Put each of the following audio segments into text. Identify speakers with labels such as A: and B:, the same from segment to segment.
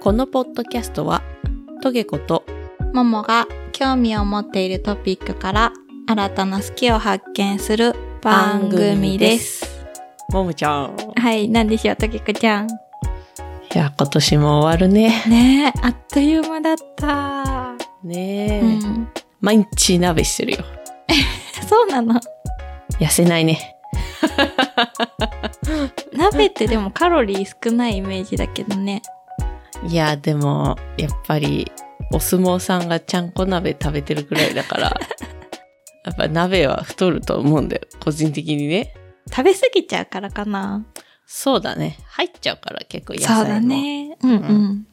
A: このポッドキャストは、トゲコと
B: ももが興味を持っているトピックから新たな好きを発見する番組です。。
A: ももちゃん。
B: はい、なんでしょう、ときこちゃん。
A: いや、今年も終わるね。
B: ねえ、あっという間だった。
A: ねえ、
B: うん。
A: 毎日鍋してるよ。
B: そうなの。
A: 痩せないね。
B: 鍋ってでもカロリー少ないイメージだけどね。
A: いや、でも、やっぱり、お相撲さんがちゃんこ鍋食べてるくらいだ から、やっぱ鍋は太ると思うんだよ。個人的にね。
B: 食べ過ぎちゃうからかな。
A: そうだね。入っちゃうから結構野菜も。
B: そうだね。うんうん。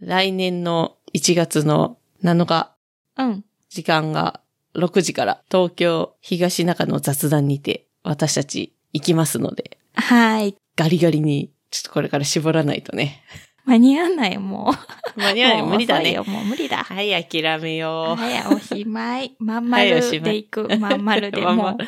A: 来年の1月の7日、
B: うん。
A: 時間が6時から東京東中の雑談にて私たち行きますので、
B: はい。
A: ガリガリにちょっとこれから絞らないとね。
B: 間に合わない、もう。
A: 間に合わない。
B: もう
A: 無理だ
B: 遅い
A: ね
B: よ。もう無理だ。
A: はい、諦めよう。
B: 早おしまい。まん
A: は
B: 丸
A: いおしまい
B: でいく。まん丸で
A: まんま
B: も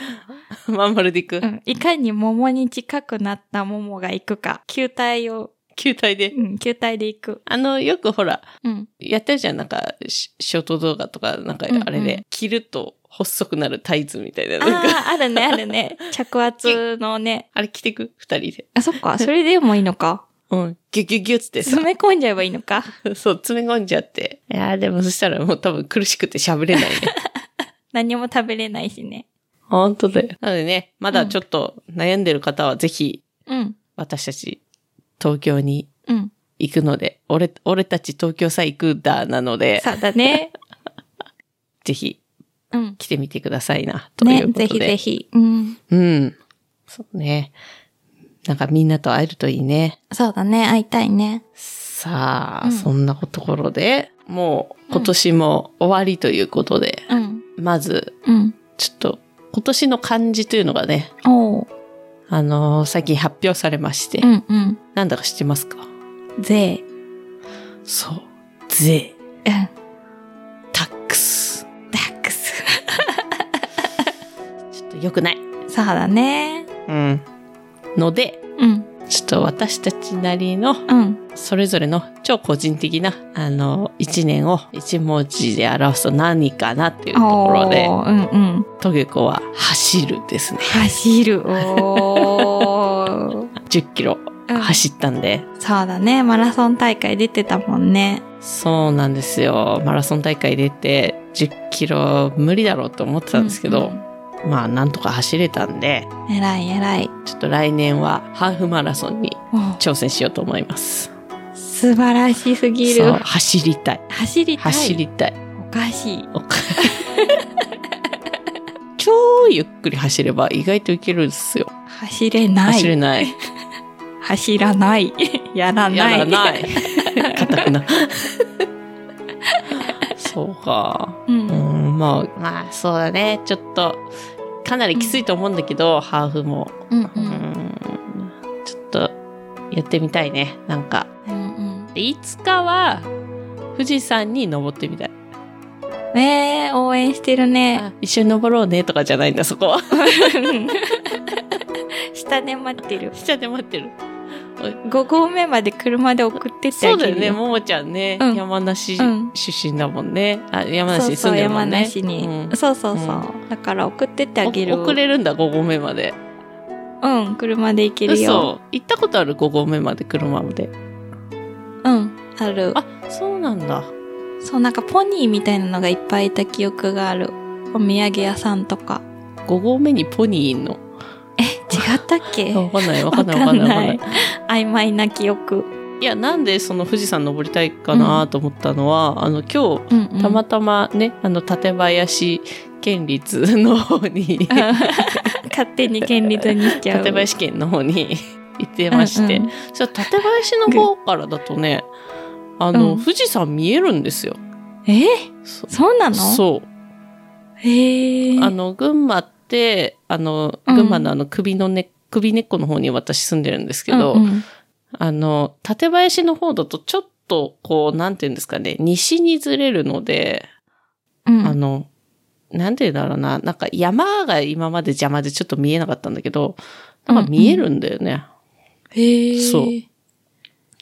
B: う。
A: まんまるで行
B: う
A: く。
B: ん、いかに桃に近くなった桃が行くか、球体を、
A: 球体で。
B: うん、球体で行く。
A: あの、よくほら、
B: うん。
A: やってるじゃん。なんか、シショート動画とか、なんかあれ
B: うんう
A: で、着ると細くなるタイツみたいな。
B: あ
A: なんか、
B: あ、あるね、あるね。着圧のね。
A: あれ着てく二人で。
B: あ、そっか、それでもいいのか。
A: うん。ギュギュギュっつってさ
B: 詰。め込んじゃえばいいのか。
A: そう、詰め込んじゃって。いやーでもそしたらもう多分苦しくて喋れないね。
B: 何も食べれないしね。
A: 本当だよ。なのでね、まだちょっと悩んでる方はぜひ、
B: うん、
A: 私たち、東京に
B: うん。
A: 行くので、俺、俺たち東京さ行くだなので、
B: そうだ ね。
A: ぜひ
B: うん。
A: 来てみてくださいな、とい
B: ね
A: うこ、とで。
B: ぜひぜひ。うん。
A: うん。そうね。なんかみんなと会えるといいね。
B: そうだね、会いたいね。
A: さあ、
B: うん
A: そんなところで、もう今年も終わりということで、
B: うん、
A: まず、
B: うん。
A: ちょっと今年の漢字というのがね、
B: おう。
A: あのー最近発表されまして、
B: うん、うん。
A: なんだか知ってますか
B: ぜ
A: そう。税、
B: うん。ダ
A: タックス。
B: ックス。
A: ちょっと良くない。
B: そうだね。
A: うん。ので、
B: うん、
A: ちょっと私たちなりの、
B: うん。
A: それぞれの超個人的な、あの、一年を一文字で表すと何かなっていうところで、
B: おううん、うん。
A: トゲコは走るですね。
B: 走る。 おー
A: 10キロ
B: うん
A: 走ったんで、
B: そうだね。マラソン大会出てたもんね。
A: そうなんですよ。マラソン大会出て、10キロ無理だろうと思ってたんですけど、まあ、なんとか走れたんで、
B: うん。えらいえらい。
A: ちょっと来年はハーフマラソンに
B: おー
A: 挑戦しようと思います。
B: 素晴らしすぎ
A: そう
B: る。
A: 走りたい。
B: 走りたい。
A: 走りたい。
B: おかしい。
A: おか超ゆっくり走れば意外といけるんですよ。
B: 走れない。
A: 走れない。
B: 走らない。やらな い。
A: やらない。硬くな。そうか。
B: う。
A: うんん、まあ、まあ、そうだね。ちょっと、かなりきついと思うんだけど、ハーフも。
B: うんう。
A: うんん、ちょっと、やってみたいね。なんか。
B: うんうん
A: でいつかは富士山に登ってみたい。
B: えー、応援してるね。
A: あ一緒に登ろうねとかじゃないんだ、そこは。
B: 下で待ってる。
A: 下で待ってる。
B: 5合目まで車で送ってって
A: そ
B: あ
A: うだ
B: げ
A: よ
B: る
A: ね、
B: よ。
A: ももちゃんね。
B: うん
A: 山梨
B: うん
A: 出身だもんね。あ山梨
B: そう
A: に
B: そ
A: 住ん
B: う、
A: でるも
B: 山
A: んね。
B: 梨に、
A: うん
B: そうそうそう、だから送ってってあげる
A: お送れるんだ、5合目まで。
B: うん、車で行けるよ。
A: 嘘。行ったことある ?5 合目まで、車で。
B: うん、ある。
A: あ、そうなんだ。
B: そう、なんかポニーみたいなのがいっぱいいた記憶がある。お土産屋さんとか。
A: 5合目にポニーいんの。
B: え、違ったっけ
A: わかんない、わかんない、わ
B: わ
A: か
B: か
A: ん
B: ん
A: ない、わか
B: なんい
A: ない。
B: 曖昧な記憶。
A: いや、なんでその富士山登りたいかなと思ったのは、あの、今日、
B: うん、うん。
A: たまたまね、あの、館林県立の方に、
B: 勝手に権利にしちゃう。
A: 館林県の方に 行ってまして、
B: うんうん
A: そう館林の方からだとね、あの、
B: うん
A: 富士山見えるんですよ。
B: え
A: そ
B: そうなの
A: そ
B: へえ。
A: う。あの、群馬って、あの、
B: うん
A: 群馬のあの首のね、首根っこの方に私住んでるんですけど、
B: うんうん
A: あの、館林の方だとちょっと、こう、なんていうんですかね、西にずれるので、
B: うん
A: あの、なんて言うんだろうな、なんか山が今まで邪魔でちょっと見えなかったんだけど、なんか見えるんだよね。
B: へえ。
A: そう。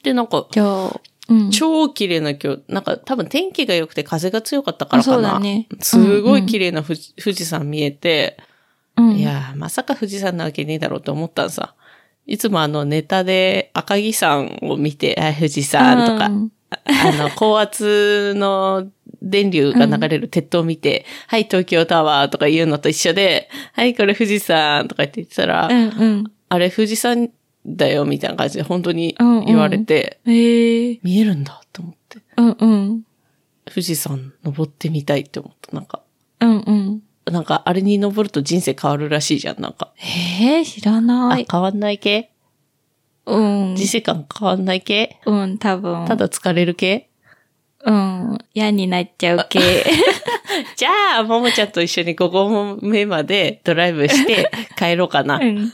A: で、なんか、
B: じゃあ、うん。
A: 超綺麗な今日、なんか多分天気が良くて風が強かったからかな。
B: そうだね。
A: すごい綺麗な富士,、富士山見えて、
B: うん。
A: いやー、まさか富士山なわけねえだろうと思ったんさ。いつもあのネタで赤城山を見て、あ、富士山とか、
B: うん
A: あの、高圧の電流が流れる鉄塔を見て、はい、東京タワーとか言うのと一緒で、はい、これ富士山とか言って言ってたら、
B: うんうん。
A: あれ富士山だよみたいな感じで本当に言われて、
B: ええ。
A: 見えるんだと思って、
B: うんうん。
A: 富士山登ってみたいって思った。なんか、
B: うんうん。
A: なんかあれに登ると人生変わるらしいじゃん、なんか。
B: ええ、知らな
A: あ
B: い、。
A: 変わんない系
B: うん。
A: 人生観変わんない系
B: うん、多分。
A: ただ疲れる 系
B: うん。嫌になっちゃう系。
A: じゃあ、ももちゃんと一緒に5合目までドライブ して帰ろうかな。
B: うん。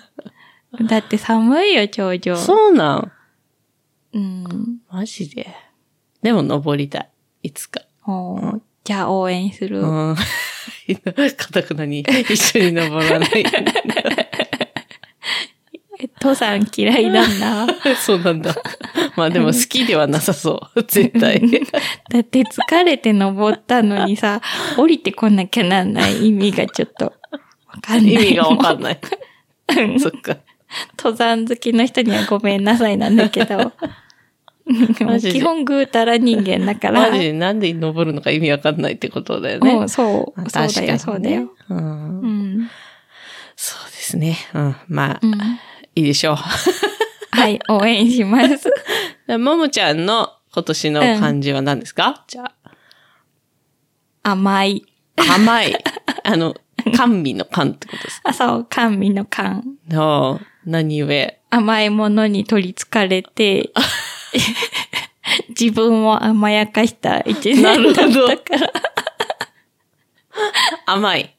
B: だって寒いよ、頂上。
A: そうなん。
B: うん。
A: マジで。でも登りたい。いつか。
B: ほうじゃあ応援する。
A: うん。 かたくなに一緒に登ら ない。
B: 登山嫌いなん だ。
A: そうなんだ。まあでも好きではなさそう。絶 対。
B: だって疲れて登ったのにさ、降りてこなきゃなんない意味がちょっと、わかんない。
A: 意味がわかんない。
B: うん
A: そっか。
B: 登山好きの人にはごめんなさいなんだけど。
A: マジで
B: 基本ぐうたら人間だから。
A: マジでなんで登るのか意味わかんないってことだよ
B: う
A: ね。
B: ん、そう。
A: 確
B: そ
A: か
B: う
A: に
B: だ
A: ね
B: よ、そうだよ。。
A: うん
B: うん。
A: そうですね。うん。まあ、
B: うん
A: いいでしょう。
B: はい、応援します。
A: でももちゃんの今年の漢字は何ですか、じゃ
B: 甘い。
A: あ、甘い。 あの、甘味の甘ってことです。
B: あ、そう、甘味の甘。
A: の、何故
B: 甘いものに取り憑かれ て、自分を甘やかした一
A: なる
B: 年 だ
A: ほど
B: ったから。
A: 甘い。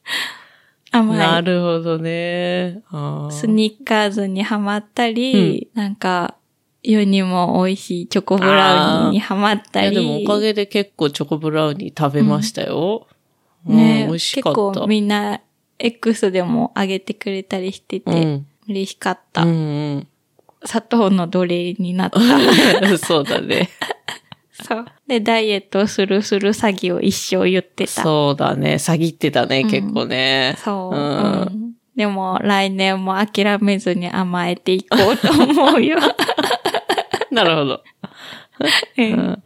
A: な
B: 甘い。
A: るほどね。あー
B: スニッカーズにハマったり、なんか、世にも美味しいチョコブラウニーにハマっ
A: い
B: た
A: や
B: り。
A: でもおかげで結構チョコブラウニー食べましたよ。うん、
B: ね、
A: 美味しかった。
B: 結構みんな、X でもあげてくれたりしてて、
A: うん
B: 嬉しかった、
A: うん
B: 砂糖の奴隷になった。
A: うん。 そうだね。
B: そう。で、ダイエットするする詐欺を一生言ってた。
A: そうだね。詐欺ってたね、
B: うん
A: 結構ね。
B: そう。
A: うん
B: うんでも、来年も諦めずに甘えていこうと思うよ。
A: なるほど。
B: う
A: うんん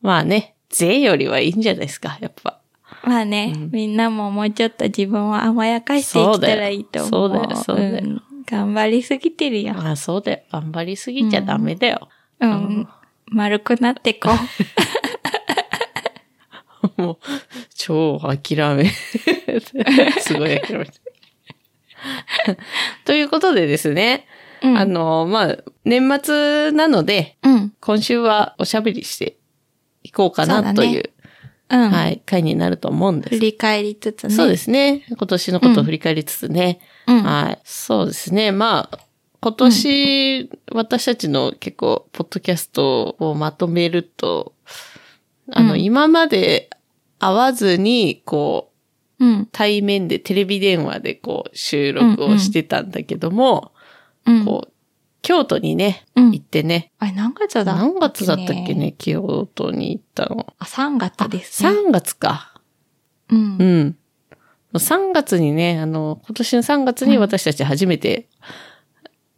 A: まあね、税よりはいいんじゃないですか、やっぱ。
B: まあね、
A: うん
B: みんなももうちょっと自分を甘やかしていけたらいいと思う。
A: そうだよそうだよそうだよ
B: ん頑張りすぎてるよ。
A: ああ、そうだよ。頑張りすぎちゃダメだよ。
B: うん。
A: うん
B: 丸くなってこう。
A: もう、超諦 め。すごい諦めて。 ということでですね、
B: うん
A: あ、の、まあ、年末なので、
B: うん。
A: 今週はおしゃべりしていこうか
B: そうだ
A: な
B: ね
A: という、
B: うん。
A: はい、回になると思うんです。
B: 振り返りつつね。
A: そうですね。今年のことを振り返りつつね。
B: うん。
A: はい。そうですね。まあ、今年、私たちの結構、ポッドキャストをまとめると、あの、
B: うん
A: 今まで会わずに、こう、
B: うん。
A: 対面でテレビ電話でこう、収録をしてたんだけども、
B: うん。
A: こう、京都にね、
B: うん
A: 行ってね、
B: あれ、何月だったっけね
A: 何月だったっけ。ね、京都に行ったの。
B: あ、3月ですね。
A: 3月か。
B: うん
A: う。ん。3月にね、あの、今年の3月に
B: うん
A: 私たち初めて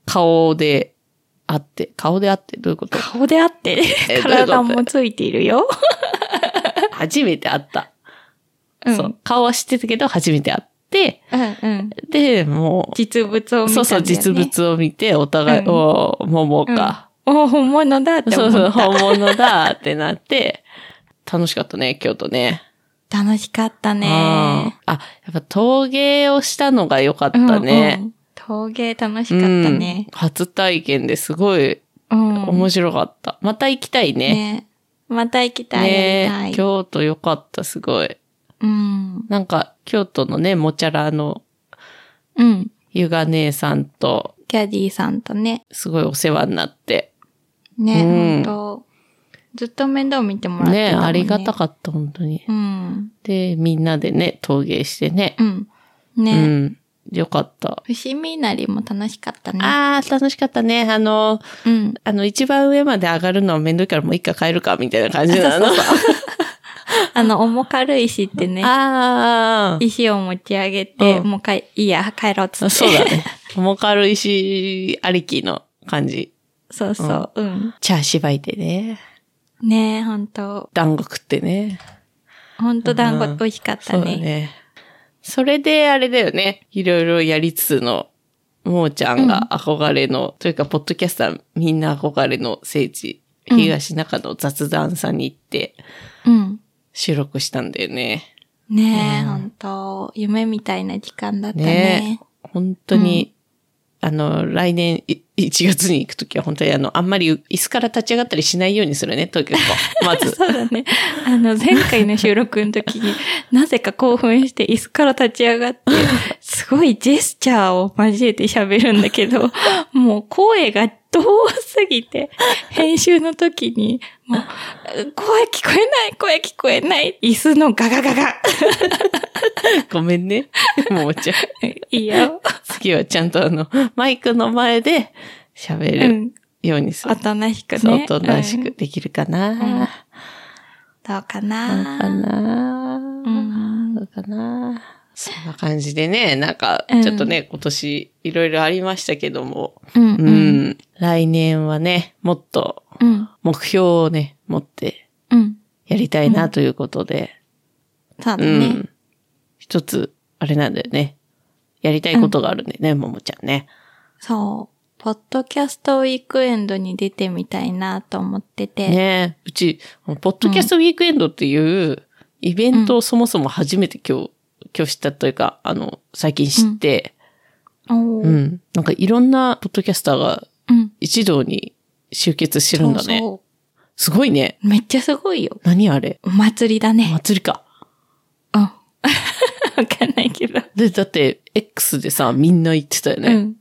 A: 顔で会って、顔で会ってどういうこと
B: 顔であって、
A: えどういうこと
B: 体もついているよ。
A: 初めて会った。
B: うん
A: そう。顔は知ってたけど、初めて会って、
B: うんうん。
A: で、もう、
B: 実物を見たんだよね。
A: そうそう、実。物を見て、お互い、
B: うん
A: おー桃か、
B: お、本物だって
A: そ
B: 思
A: うそう、
B: った。
A: 本物だってなって、楽しかったね、京都ね。
B: 楽しかった
A: うん
B: ね。
A: あ、やっぱ陶芸をしたのが良かった
B: うん
A: ね。
B: うん。陶芸楽しかったね
A: うん。初体験ですごい
B: うん。
A: 面白かった。また行きたいね。
B: ね。また行きたい。や
A: ね
B: りたい。
A: 京都よかった、すごい。
B: うん。
A: なんか、京都のね、もちゃらの
B: うん。
A: ゆが姉さんと、
B: キャディーさんとね。
A: すごいお世話になって。
B: ね、
A: うん
B: 本当ずっと面倒見てもらって
A: ね、
B: たもんね。
A: ありがたかった、本当に。
B: うん。
A: で、みんなでね、陶芸してね。
B: うん。
A: う
B: ね、
A: ん。よかった。
B: 伏見なりも楽しかったね。
A: あー、楽しかったね。あの、
B: うん。
A: あの、一番上まで上がるのはめんどいからもう一回帰るか、みたいな感じなの。
B: あの、重軽石ってね、
A: あー
B: 石を持ち上げて、
A: うん
B: もうかい、いいや、帰ろうっつって。
A: そうだね。重軽石ありきの感じ。
B: そうそう、うん。
A: チャーシューいてね。
B: ねえ、ほんと。
A: 団子食ってね。
B: ほんと団
A: う
B: 子
A: ん
B: 美味しかった
A: そうだ
B: ね。
A: ね。それで、あれだよね。いろいろやりつつの、もーちゃんが憧れの、というか、ポッドキャスターみんな憧れの聖地、
B: うん
A: 東中野雑談さんに行って
B: うん。
A: 収録したんだよね。
B: ねえ、
A: うん
B: ほんと。夢みたいな時間だった
A: ね
B: ね。
A: 本当に、あの、来年い1月に行くときは本当にあの、あんまり椅子から立ち上がったりしないようにするね、東京も。まず。
B: そうだね。あの、前回の収録の時に、なぜか興奮して椅子から立ち上がって、すごいジェスチャーを交えて喋るんだけど、もう声が遠すぎて、編集の時に、もう、声聞こえない、声聞こえない、椅子のガガガガ。
A: ごめんね。もうちゃん。
B: いいよ。
A: 次はちゃんとあの、マイクの前で喋
B: う
A: る
B: ん。
A: ようにす
B: お
A: る。
B: となしく
A: そう
B: ね。
A: おとなし
B: う
A: く
B: ん
A: できるかな。
B: んどうか
A: な
B: なん
A: かな。
B: ん
A: どうかな。そんな感じでね、なんか
B: う、ん
A: ちょっとね、今年いろいろありましたけども、
B: うん
A: う
B: うん。
A: ん。来年はね、もっと
B: うん。
A: 目標をね、持って
B: うん。
A: やりたいなということで、
B: そうだ
A: うん。
B: ね。
A: 一つ、あれなんだよね。やりたいことがあるんだよね、ももちゃんね。
B: そう。ポッドキャストウィークエンドに出てみたいなと思ってて。
A: ねえうち、ポッドキャストウィークエンドっていうイベントをそもそも初めて今日、今日知ったというか、あの、最近知って、
B: おー
A: うん。なんかいろんなポッドキャスターが
B: うん。
A: 一堂に集結してるんだね。
B: そうそ
A: すごいね。
B: うめっちゃすごいよ。
A: 何あれ
B: お祭りだ
A: お
B: ね。
A: 祭りか。
B: うん。 わかんないけど。
A: で、だって、X でさ、みんな言ってたよね。
B: うん。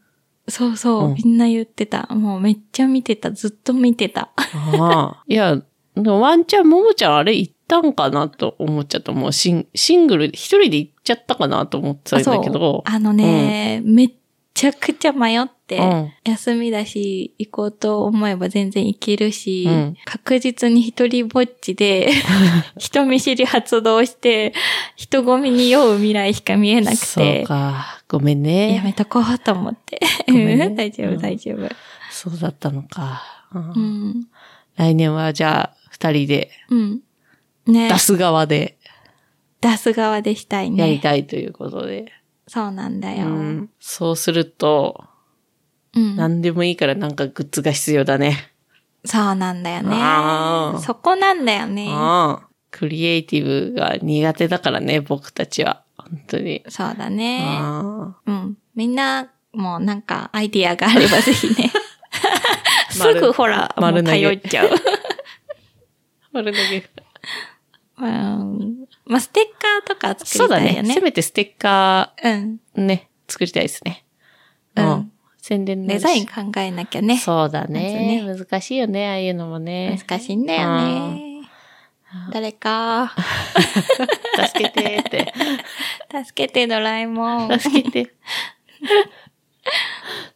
B: そうそう、
A: うん
B: みんな言ってた。もうめっちゃ見てた。ずっと見てた。
A: ああ。いや、でもワンちゃん、ももちゃんあれ行ったんかなと思っちゃった。もうシンシングル、一人で行っちゃったかなと思ってたんだ けど。
B: あのね、めっちゃくちゃ迷って、
A: うん
B: 休みだし、行こうと思えば全然行けるし、
A: うん
B: 確実に一人ぼっ ちで、人見知り発動して、人混みに酔う未来しか見えなく
A: そう
B: て、
A: か。ごめんね。
B: やめとこうと思って。
A: ごめんね
B: うん 大丈
A: う
B: 夫、
A: ん
B: 大丈夫。
A: そうだったのか。うん
B: うん。
A: 来年はじゃあ、二人で、
B: うん。ね
A: 出す側で
B: 出す側でしたい
A: やり
B: ね。
A: たいということで。
B: そうなんだよ。
A: う
B: うん
A: ん、そうすると、何でもいいからなんかグッズが必要だね。
B: そうなんだよ
A: あー
B: ね。そこなんだよね。
A: うんクリエイティブが苦手だからね、僕たちは。本当に。
B: そうだね。
A: あ
B: うん。みんな、もうなんかアイディアがあればぜひ ね。す
A: 丸
B: ぐほら、も
A: 丸
B: う
A: 投げ
B: 頼っちゃう。
A: ー 丸投げ。
B: うん。まあ、ステッカーとか作
A: そう
B: り
A: だ
B: たい
A: ね
B: よ。ね。
A: せめてステッカ
B: うん。
A: ーね、作りたいですね。
B: うん。
A: 宣伝の
B: デザイン考えなきゃね。
A: そうだね,、
B: ま
A: 難しいよね、ああいうのも ね。
B: 難しいんだよね。誰か、
A: 助けてって。
B: 助けてドラえも ん。
A: 助けて。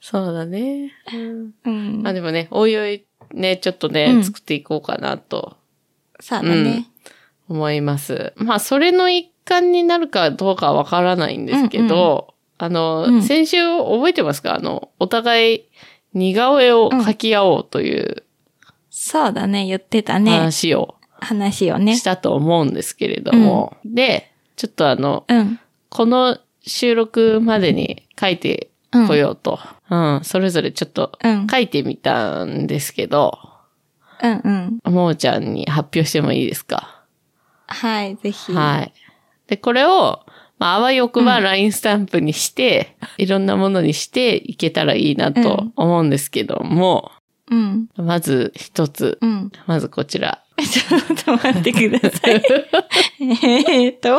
A: そうだね。うん
B: うん
A: まあ。でもね、おいおいね、ちょっとね、
B: うん
A: 作っていこうかなと
B: そうだね。
A: 思います。まあ、それの一環になるかどうかはわからないんですけど、あの、
B: うん
A: 先週覚えてますかあの、お互い似顔絵を描き合おうという
B: そうだね。言ってたね。
A: 話を
B: 話をね
A: し。たと思うんですけれども、で、ちょっとあの、
B: うん。
A: この収録までに書いて
B: うん。
A: こようと、うん、それぞれちょっと
B: うん。
A: 書いてみたんですけど、
B: うんうん。
A: もーちゃんに発表してもいいですか
B: はい、ぜひ。
A: はい。で、これを、まあ、あわよくば LINE スタンプにして、いろんなものにしていけたらいいな
B: う
A: と
B: ん
A: 思うんですけども、
B: うん。
A: まず一つ、
B: うん。
A: まずこちら。
B: ちょっと待ってください。えーっと、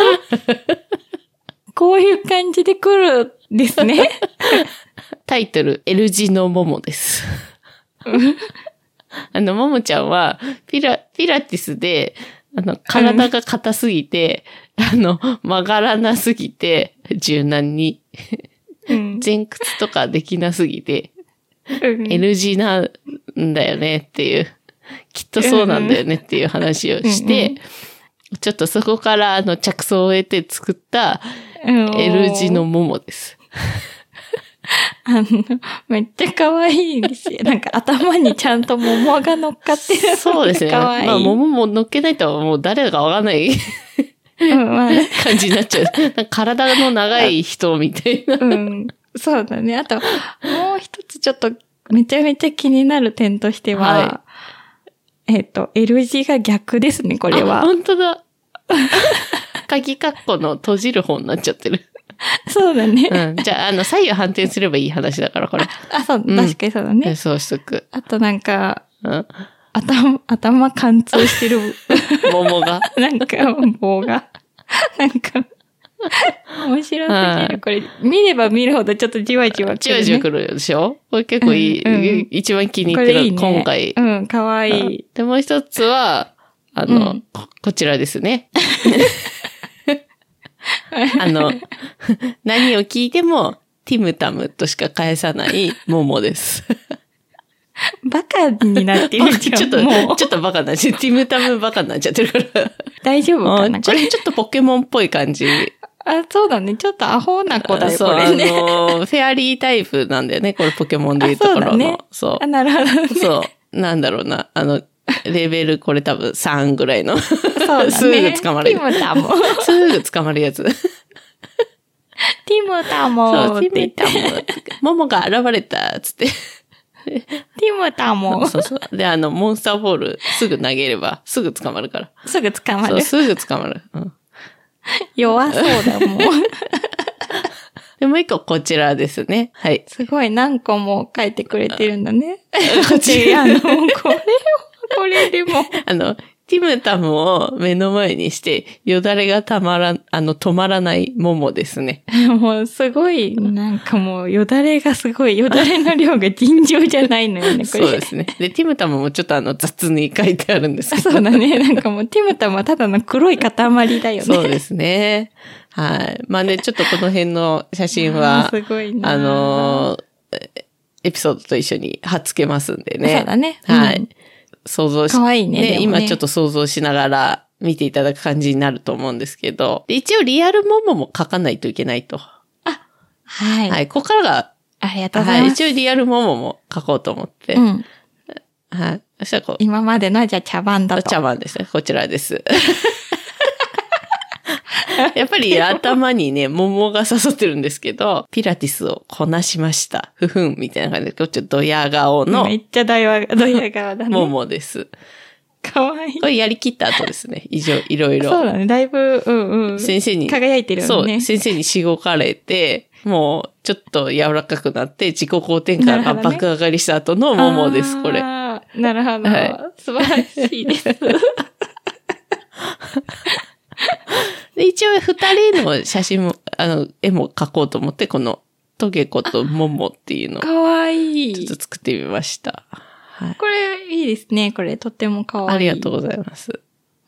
B: こういう感じで来るんですね。
A: タイトル、L 字のももです。あの、ももちゃんは、ピラ、ピラティスで、あの、体が硬すぎて、あの、曲がらなすぎて、柔軟に前屈とかできなすぎて、
B: うん
A: NG なんだよねっていう、きっとそうなんだよねっていう話をして、ちょっとそこからあの着想を得て作った
B: うん
A: L 字のももです。
B: あの、めっちゃ可愛いんですよ。なんか頭にちゃんと桃が乗っかってる。
A: そうですね。
B: 可愛い。
A: まあ、ももも乗っけないともう誰だかわかんない
B: うん、まあ、
A: 感じになっちゃう。なんか体の長い人みたいな。
B: うん。そうだね。あと、もう一つちょっと、めちゃめちゃ気になる点としては、
A: は
B: えっ、と、L 字が逆ですね、これ
A: あ
B: は。
A: 本当だ。鍵括弧の閉じる方になっちゃってる。
B: そうだね。
A: うん。じゃあ、あの、左右反転すればいい話だから、これ。
B: あ、そう、
A: うん
B: 確かにそうだね。
A: そうしとく。
B: あとなんか、
A: うん。
B: 頭、頭貫通してる、
A: 桃が。
B: なんか、棒が。なんか、面白すぎ
A: は
B: る。これ、見れば見るほどちょっとじわじわ
A: じわじわ
B: るね
A: 来るでしょこれ結構いい、
B: うんうん
A: 一番気に
B: こ
A: 入って
B: れ
A: る、
B: いいね。
A: 今回。
B: うん、かわいい。
A: で、もう一つは、あの、
B: うん
A: ここちらです ね。あの、何を聞いても、ティムタムとしか返さないモモです。
B: バカになってるじ
A: ち
B: ゃ
A: ょっ
B: ん。も
A: と、
B: う
A: ちょっとバカになっちゃう。ティムタムバカになっちゃってるから。
B: 大丈夫
A: あ
B: か
A: ー
B: な
A: ち
B: こ
A: ょ
B: れ。
A: ちょっとポケモンっぽい感じ。
B: あ、そうだね。ちょっとアホな子だよ、
A: そう、
B: こ
A: あ
B: れね。
A: のー、フェアリータイプなんだよね。これポケモンでいうところの。そう
B: あ、なるほどね。
A: そう。なんだろうな。あの、レベルこれ多分3ぐらいの。
B: そう だね。
A: すぐ捕まれる
B: ティム タも。
A: すぐ捕まるや つ。
B: ティムタ
A: そ
B: も。
A: う、
B: って
A: テ
B: 言
A: ィ
B: っ
A: ムタ
B: て
A: ム。モモが現れた、つって。
B: ティムタも。
A: そうそう。で、あの、モンスターボール、すぐ投げれば、すぐ捕まるから。
B: すぐ捕ま
A: そう、
B: る。
A: すぐ捕まる。うん。
B: 弱そうだもん。
A: で、もう一個こちらですね。はい。
B: すごい何個も書いてくれてるん だね。
A: こち
B: で、
A: ら
B: あ。の、これを、これでも。
A: あの、ティムタムを目の前にして、よだれがたまらん、あの、止まらないモモですね。
B: もうすごい、なんかもうよだれがすごい、よだれの量が尋常じゃないのよね、こ
A: そうで
B: れ。
A: すね。で、ティムタムもちょっとあの、雑に書いてあるんですけど。
B: そうだね。なんかもう、ティムタムはただの黒い塊だよね。
A: そうですね。はい。まあ ね、ちょっとこの辺の写真は
B: あ、 ーすごいな。
A: あのーえエピソードと一緒に貼っつけますんでね。
B: そうだね。
A: はい。
B: うん
A: 想像し
B: かわいいねでもね
A: 今ちょっと想像しながら見ていただく感じになると思うんですけど。で一応リアルモモも書かないといけないと。は
B: はい
A: い。。ここからが、
B: ありがとうござ
A: はいい。
B: ます。
A: 一応リアルモモも書こうと思って。
B: うん。
A: はい。そしたらこう、
B: 今までのはじゃあ茶番だと。
A: 茶碗ですね。こちら です。やっぱり頭にね、桃が誘ってるんですけど、ピラティスをこなしました。ふふん、みたいな感じで、こっちょっとドヤ顔の
B: めっちゃドヤドヤ顔だね。
A: 桃です。
B: かわいい
A: こ。れやりきった後ですね。以上、いろい
B: そう
A: ろ。
B: だね。だいぶ、うんうん。
A: 先生に、
B: 輝いてる
A: そ
B: よ
A: う、
B: ね。
A: 先生にしごかれて、もう、ちょっと柔らかくなって、自己肯定感
B: な
A: が
B: るほどね
A: 爆上がりした後の桃です、これ。
B: あー。なるほど、
A: は
B: 素晴らしいです。
A: で、一応二人の写真も、あの、絵も描こうと思って、この、トゲコとモモっていうのをち
B: かわいい
A: ょっ。と作ってみました。はい。
B: これ、いいですね。これ、とってもかわいい。
A: ありがとう
B: う。
A: ございます。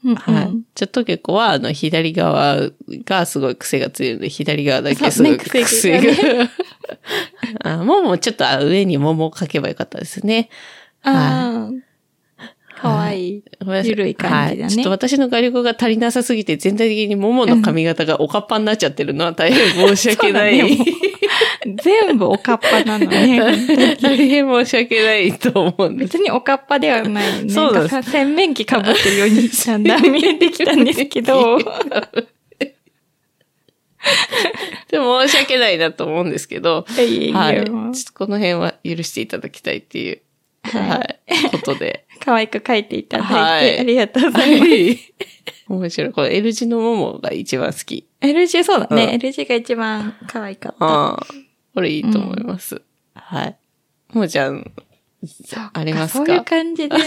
B: うん、
A: はい。
B: うん。
A: じゃあ、トゲコは、あの、左側がすごい癖が強いので、左側だけす
B: そう
A: ご
B: ね
A: い癖
B: 癖が
A: が。 あモモ、ちょっとあ上にモモを描けばよかったですね。
B: ああ。かわいい。
A: ごめんなさ
B: ゆるい感じだね
A: はちょっと私の画力が足りなさすぎて、全体的にモモの髪型がおかっぱになっちゃってるのは大変申し訳な
B: そうだね
A: い。
B: もう全部おかっぱなのね。
A: 大変申し訳ないと思うんです。
B: 別におかっぱではないよね。
A: そうなんです
B: なんか洗面器かぶってるようにだんだん見えてきたんです けど。
A: でも申し訳ないなと思うんですけど、
B: いやいや
A: はいい。
B: や
A: ちょっとこの辺は許していただきたいっていう、
B: はい
A: はい、ことで。
B: 可愛く描いていただいて、
A: はい
B: ありがとうございます。
A: はい。面白い。この L 字のモモが一番好き。
B: L 字そうだね。
A: うん
B: L 字が一番可愛かった。
A: ああ、これいいと思います。はい。もうじゃあ、
B: そう
A: ありますか
B: そういう感じでね。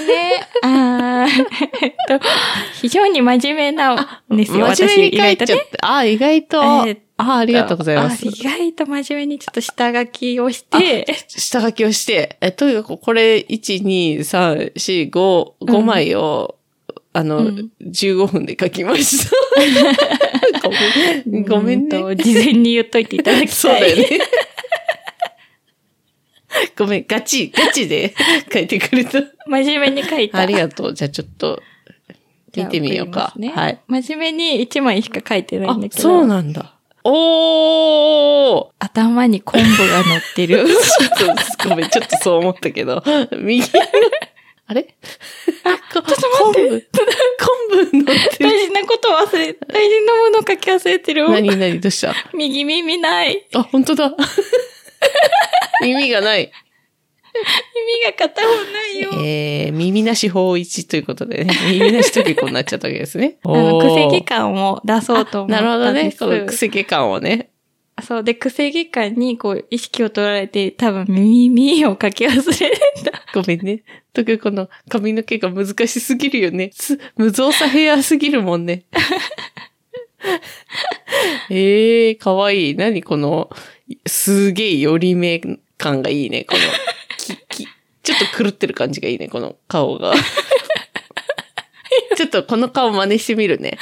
B: あーえっと、非常に真面目なんですよ。
A: 真面目に書いちゃっ
B: 私意外と
A: て、
B: ね
A: ああ、意外と、
B: えーっと
A: ああ、ありがとうございます
B: あ。意外と真面目にちょっと下書きをして、
A: 下書きをして、え、とにかくこれ、1、2、3、4、5、5枚を、あの、
B: うん
A: 15分で書きました。ごめん、ごめん
B: う
A: ね。
B: と事前に言っといていただきたい。
A: そうだよね。ごめん、ガチ、ガチで書いてくれた。
B: 真面目に書いた。
A: ありがとう。じゃあちょっと、見てみようか。
B: じゃあ送りますね
A: はい。
B: 真面目に1枚しか書いてない
A: あ
B: んだ、けど。
A: そうなんだ。おー
B: 頭に昆布が乗っ てる。
A: ちょっと、ごめん、ちょっとそう思ったけど。右の、あれあ、ちょっと待って。昆布、昆布乗ってる。
B: 大事なこと忘れ、大事なもの書き忘れて る。
A: 何、何、どうした
B: 右耳ない。
A: あ、本 当だ。耳がない。
B: 耳が片方ないよ。
A: えー、耳なし法一ということでね。耳なし時こうなっちゃったわけですね。あ
B: あの、癖毛感を出そうと思っ
A: な
B: た
A: るほど
B: んで
A: ね。
B: す。
A: この癖毛感をね。
B: そう。で、癖毛感にこう、意識を取られて、多分耳を書き忘れて た。
A: ごめんね。特にこの髪の毛が難しすぎるよね。す無造作ヘアすぎるもん ね。ええー、かわいい。何この、すげえ寄り目感がいいね。この、き、き、ちょっと狂ってる感じがいいね。この顔 が。ちょっとこの顔真似してみるね。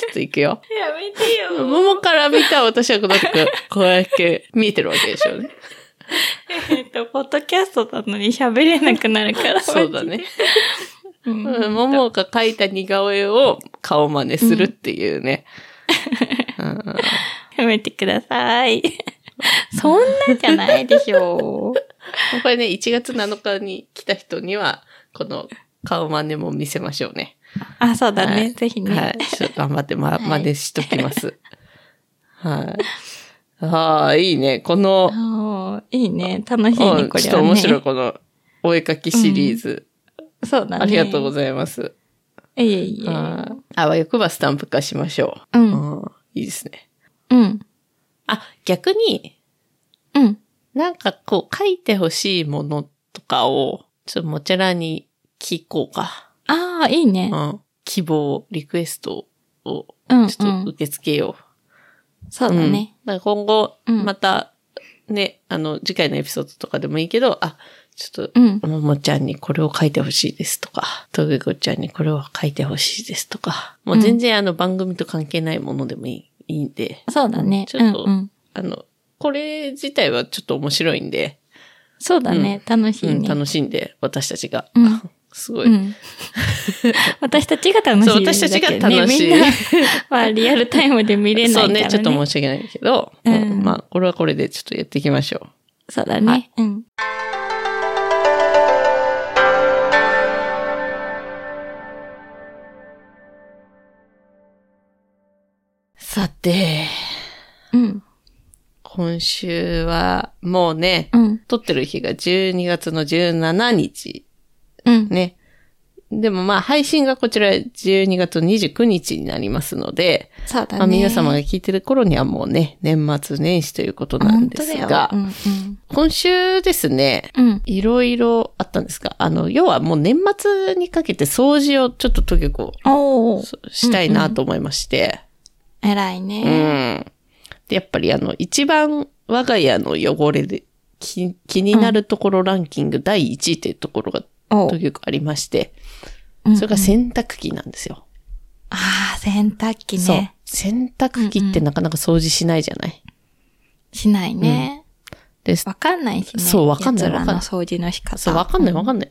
A: ちょっといく よ。
B: やめてよ。
A: 桃から見た私はこの子、こうやって見えてるわけでしょ うね。
B: えっと、ポッドキャストなのに喋れなくなるから。
A: そうだね。
B: マジで。うん。
A: 桃が描いた似顔絵を顔真似するっていうね。うん
B: やめてください。そんなんじゃないでし ょう。
A: これね、1月7日に来た人には、この顔真似も見せましょうね。
B: あ、そうだね。
A: はい
B: ぜひね。
A: はい。ちょっと頑張って、ま、
B: はい
A: 真似しときます。はい。ああ、いいね。この、
B: あーいいね。楽しいね、これは
A: う
B: ね
A: ん。ちょっと面白い、この、お絵描きシリーズ。
B: そうだね。
A: ありがとうご
B: ざい
A: ざいます。
B: ます。いえいえ。
A: はいあわよくばスタンプ化しましょ
B: う。
A: う。うんん。いいですね。
B: うん。
A: あ、逆に、
B: うん。
A: なんかこう書いてほしいものとかを、ちょっともちゃらに聞こうか。
B: ああ、いいね
A: う。ん。希望、リクエストを
B: うん、う
A: ちょっと
B: ん。
A: 受け付けよ
B: そう
A: う。
B: だ
A: ん
B: ね。。
A: だから今後、
B: うん
A: また、ね、あの、次回のエピソードとかでもいいけど、あ、ちょっ
B: うん。
A: と、ももちゃんにこれを書いてほしいですとか、とげこちゃんにこれを書いてほしいですとか、もう全然あの番組と関係ないものでもいいいいんで、
B: そうだね。
A: ちょっと
B: うんうん。
A: あの、これ自体はちょっと面白いんで、
B: そうだね。楽しい
A: うん、
B: ね。
A: 楽しんで、私たちが。
B: うん
A: すごい。
B: うん。私たちが楽しい。
A: そう、私たちが楽しい。
B: みんなはリアルタイムで見れないか
A: そ
B: ら
A: う
B: ね。
A: ね、ちょっと申し訳ないけど、
B: うん
A: うんまあ、これはこれでちょっとやっていきましょ
B: そうだ
A: は
B: ね。うん。
A: う。さて、
B: うん。
A: 今週は、もうね、
B: うん。
A: 撮ってる日が12月の17日、
B: うん。
A: ね。でもまあ、配信がこちら12月29日になりますので、
B: そうだ
A: まあ、
B: ね。
A: 皆様が聞いてる頃にはもうね、年末年始ということなんですが、
B: 本当だよ
A: 今週ですね、
B: うんうん。うん。
A: いろいろあったんですかあの、要はもう年末にかけて掃除をちょっととげこ
B: おー。
A: うしたいなと思いまして。
B: 偉い
A: うん、
B: ね。
A: で、やっぱりあの、一番我が家の汚れで気気になるところランキング第1位というところが
B: お
A: と
B: ー
A: げこありまして、
B: うん
A: それが洗濯機なんですよ。
B: ああ、洗濯機
A: そう
B: ね。。
A: 洗濯機ってなかなか掃除しないじゃない。
B: しないね。
A: で、
B: わかんないしね。
A: そうわかんない
B: 奴ら
A: わかん
B: の
A: ない
B: 掃除の仕方。
A: そう、わかんないわかんない。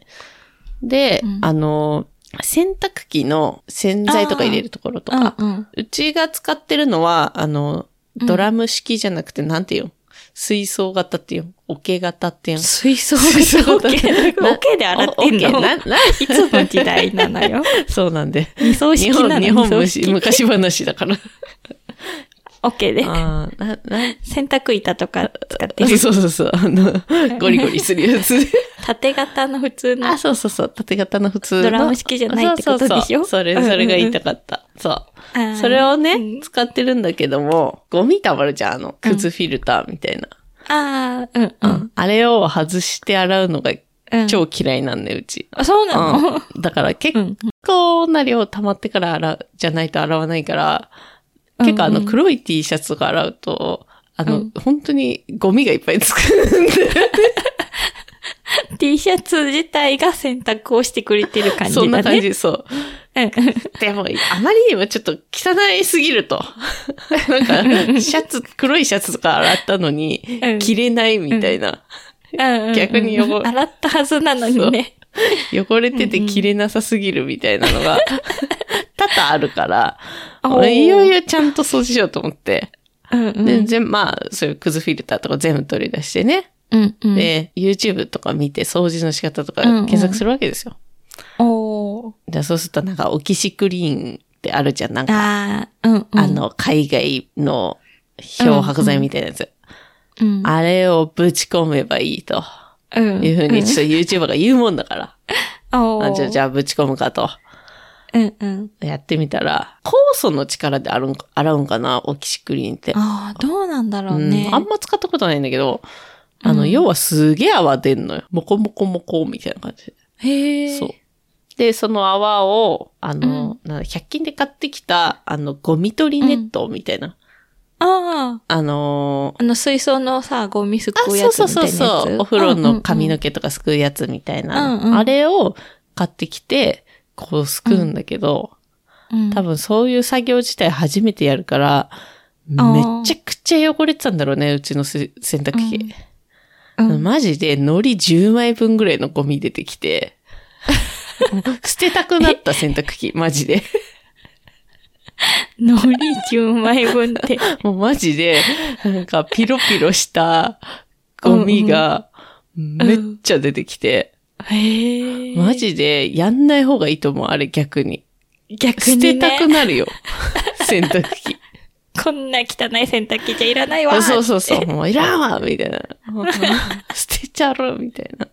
A: で、
B: うん
A: あの、洗濯機の洗剤とか入れるところとか、
B: うんうん。
A: うちが使ってるのは、あの、
B: うん
A: ドラム式じゃなくて、なんていうの水槽型っていうの桶型っていうの
B: 水槽
A: 水槽だ
B: オケ、オケで洗ってん
A: お
B: の
A: 桶な、な、
B: いつの時代なのよ。
A: そうなんで。
B: 二層
A: 日
B: 式
A: 本
B: な、の
A: 日本
B: 二層
A: 昔
B: 式
A: 昔話だから。
B: オケで。
A: あーな、な、
B: 洗濯板とか使っ
A: そ
B: て
A: う
B: る。
A: そうそうそう、あの、ゴリゴリする やつ。
B: 縦型の普通の
A: あ、。そうそうそう、縦型の普通の。
B: ドラム式じゃないってことでし
A: そうそ
B: ょ
A: うそうそれ、それが言いたかった。そう。それ
B: を。
A: を
B: う
A: ね、使ってるんだけども、ゴミ溜まるじゃん、あの、くずフィルターみたいな。
B: ああ、うんうん。
A: あれを外して洗うのが
B: うん。
A: 超嫌いなんで、うち。
B: あ、そうなの
A: うん。だから
B: う
A: 結
B: ん。
A: 構な量溜まってから洗う、じゃないと洗わないから、
B: うん
A: 結構あの黒い T シャツとか洗うと、あの、
B: うん
A: 本当にゴミがいっぱいつくん で、
B: T シャツ自体が洗濯をしてくれてる感じだ
A: そ
B: ね。
A: んな感じ、そう。
B: うん。
A: でも、あまりにもちょっと汚いすぎると。 なんか、シャツ、黒いシャツとか洗ったのに
B: うん、
A: 着れないみたいな
B: うんうん
A: 逆に汚
B: 洗ったはずなのにね。
A: 汚れてて着れなさすぎるみたいなのが、 多々あるから、
B: おー
A: 俺いよいよちゃんと掃除しようと思って。
B: うんうん。
A: で、全部、まあ、そういうクズフィルターとか全部取り出してね。
B: うんうん。
A: で、YouTube とか見て掃除の仕方とか
B: うんうん
A: 検索するわけですよ。
B: おー。
A: でそうするとなんか、オキシクリーンってあるじゃん。なんか、
B: ああ、うんうん。
A: あ、の、海外の漂白剤みたいなやつ。
B: うん。
A: あれをぶち込めばいいと。
B: うん。
A: いうふうに、ちょっと YouTuber が言うもんだから。
B: お
A: あじゃあ、じ
B: ゃ
A: ゃあぶち込むかと。
B: うんうん。
A: やってみたら、酵素の力で洗うんか洗うんかな、オキシクリーンって。
B: ああ、どうなんだろう
A: う
B: ね
A: ん。あんま使ったことないんだけど、あの、
B: うん
A: 要はすげえ泡出んのよ。もこもこもこみたいな感じ
B: へ
A: で。
B: え。
A: そう。。で、その泡を、あの、なんだ、100均で買ってきた、あの、ゴミ取りネットみたいな。
B: ああ。
A: あのー
B: あの、水槽のさ、ゴミす
A: あ、
B: くう
A: そ
B: や
A: う
B: つ
A: そう
B: みたいな
A: そう
B: やつ。
A: そう。お風呂の髪の
B: 毛。
A: 毛とかすくうやつみたいな。
B: うんうん
A: あれを買ってきて、こうすくうんだけど、
B: うん
A: 多。分そういう作業自体初めてやるから、
B: あ
A: め
B: ー
A: ちゃくちゃ汚れてたんだろうね、うちのせ洗濯機。
B: うんうん
A: マジで海苔10枚分ぐらいのゴミ出てき て、捨てたくなった洗濯機、マジで。
B: 海苔10枚分 って。
A: もうマジで、なんかピロピロしたゴミがめっちゃ出てきて、
B: へえ。
A: マジでやんない方がいいと思う、あれ逆に。
B: 逆
A: 捨
B: に、ね。
A: てたくなる よ、洗濯機。
B: こんな汚い洗濯機じゃいらないわ。
A: そうそうそう。。もういらんわみたいな。捨てちゃるみたいな。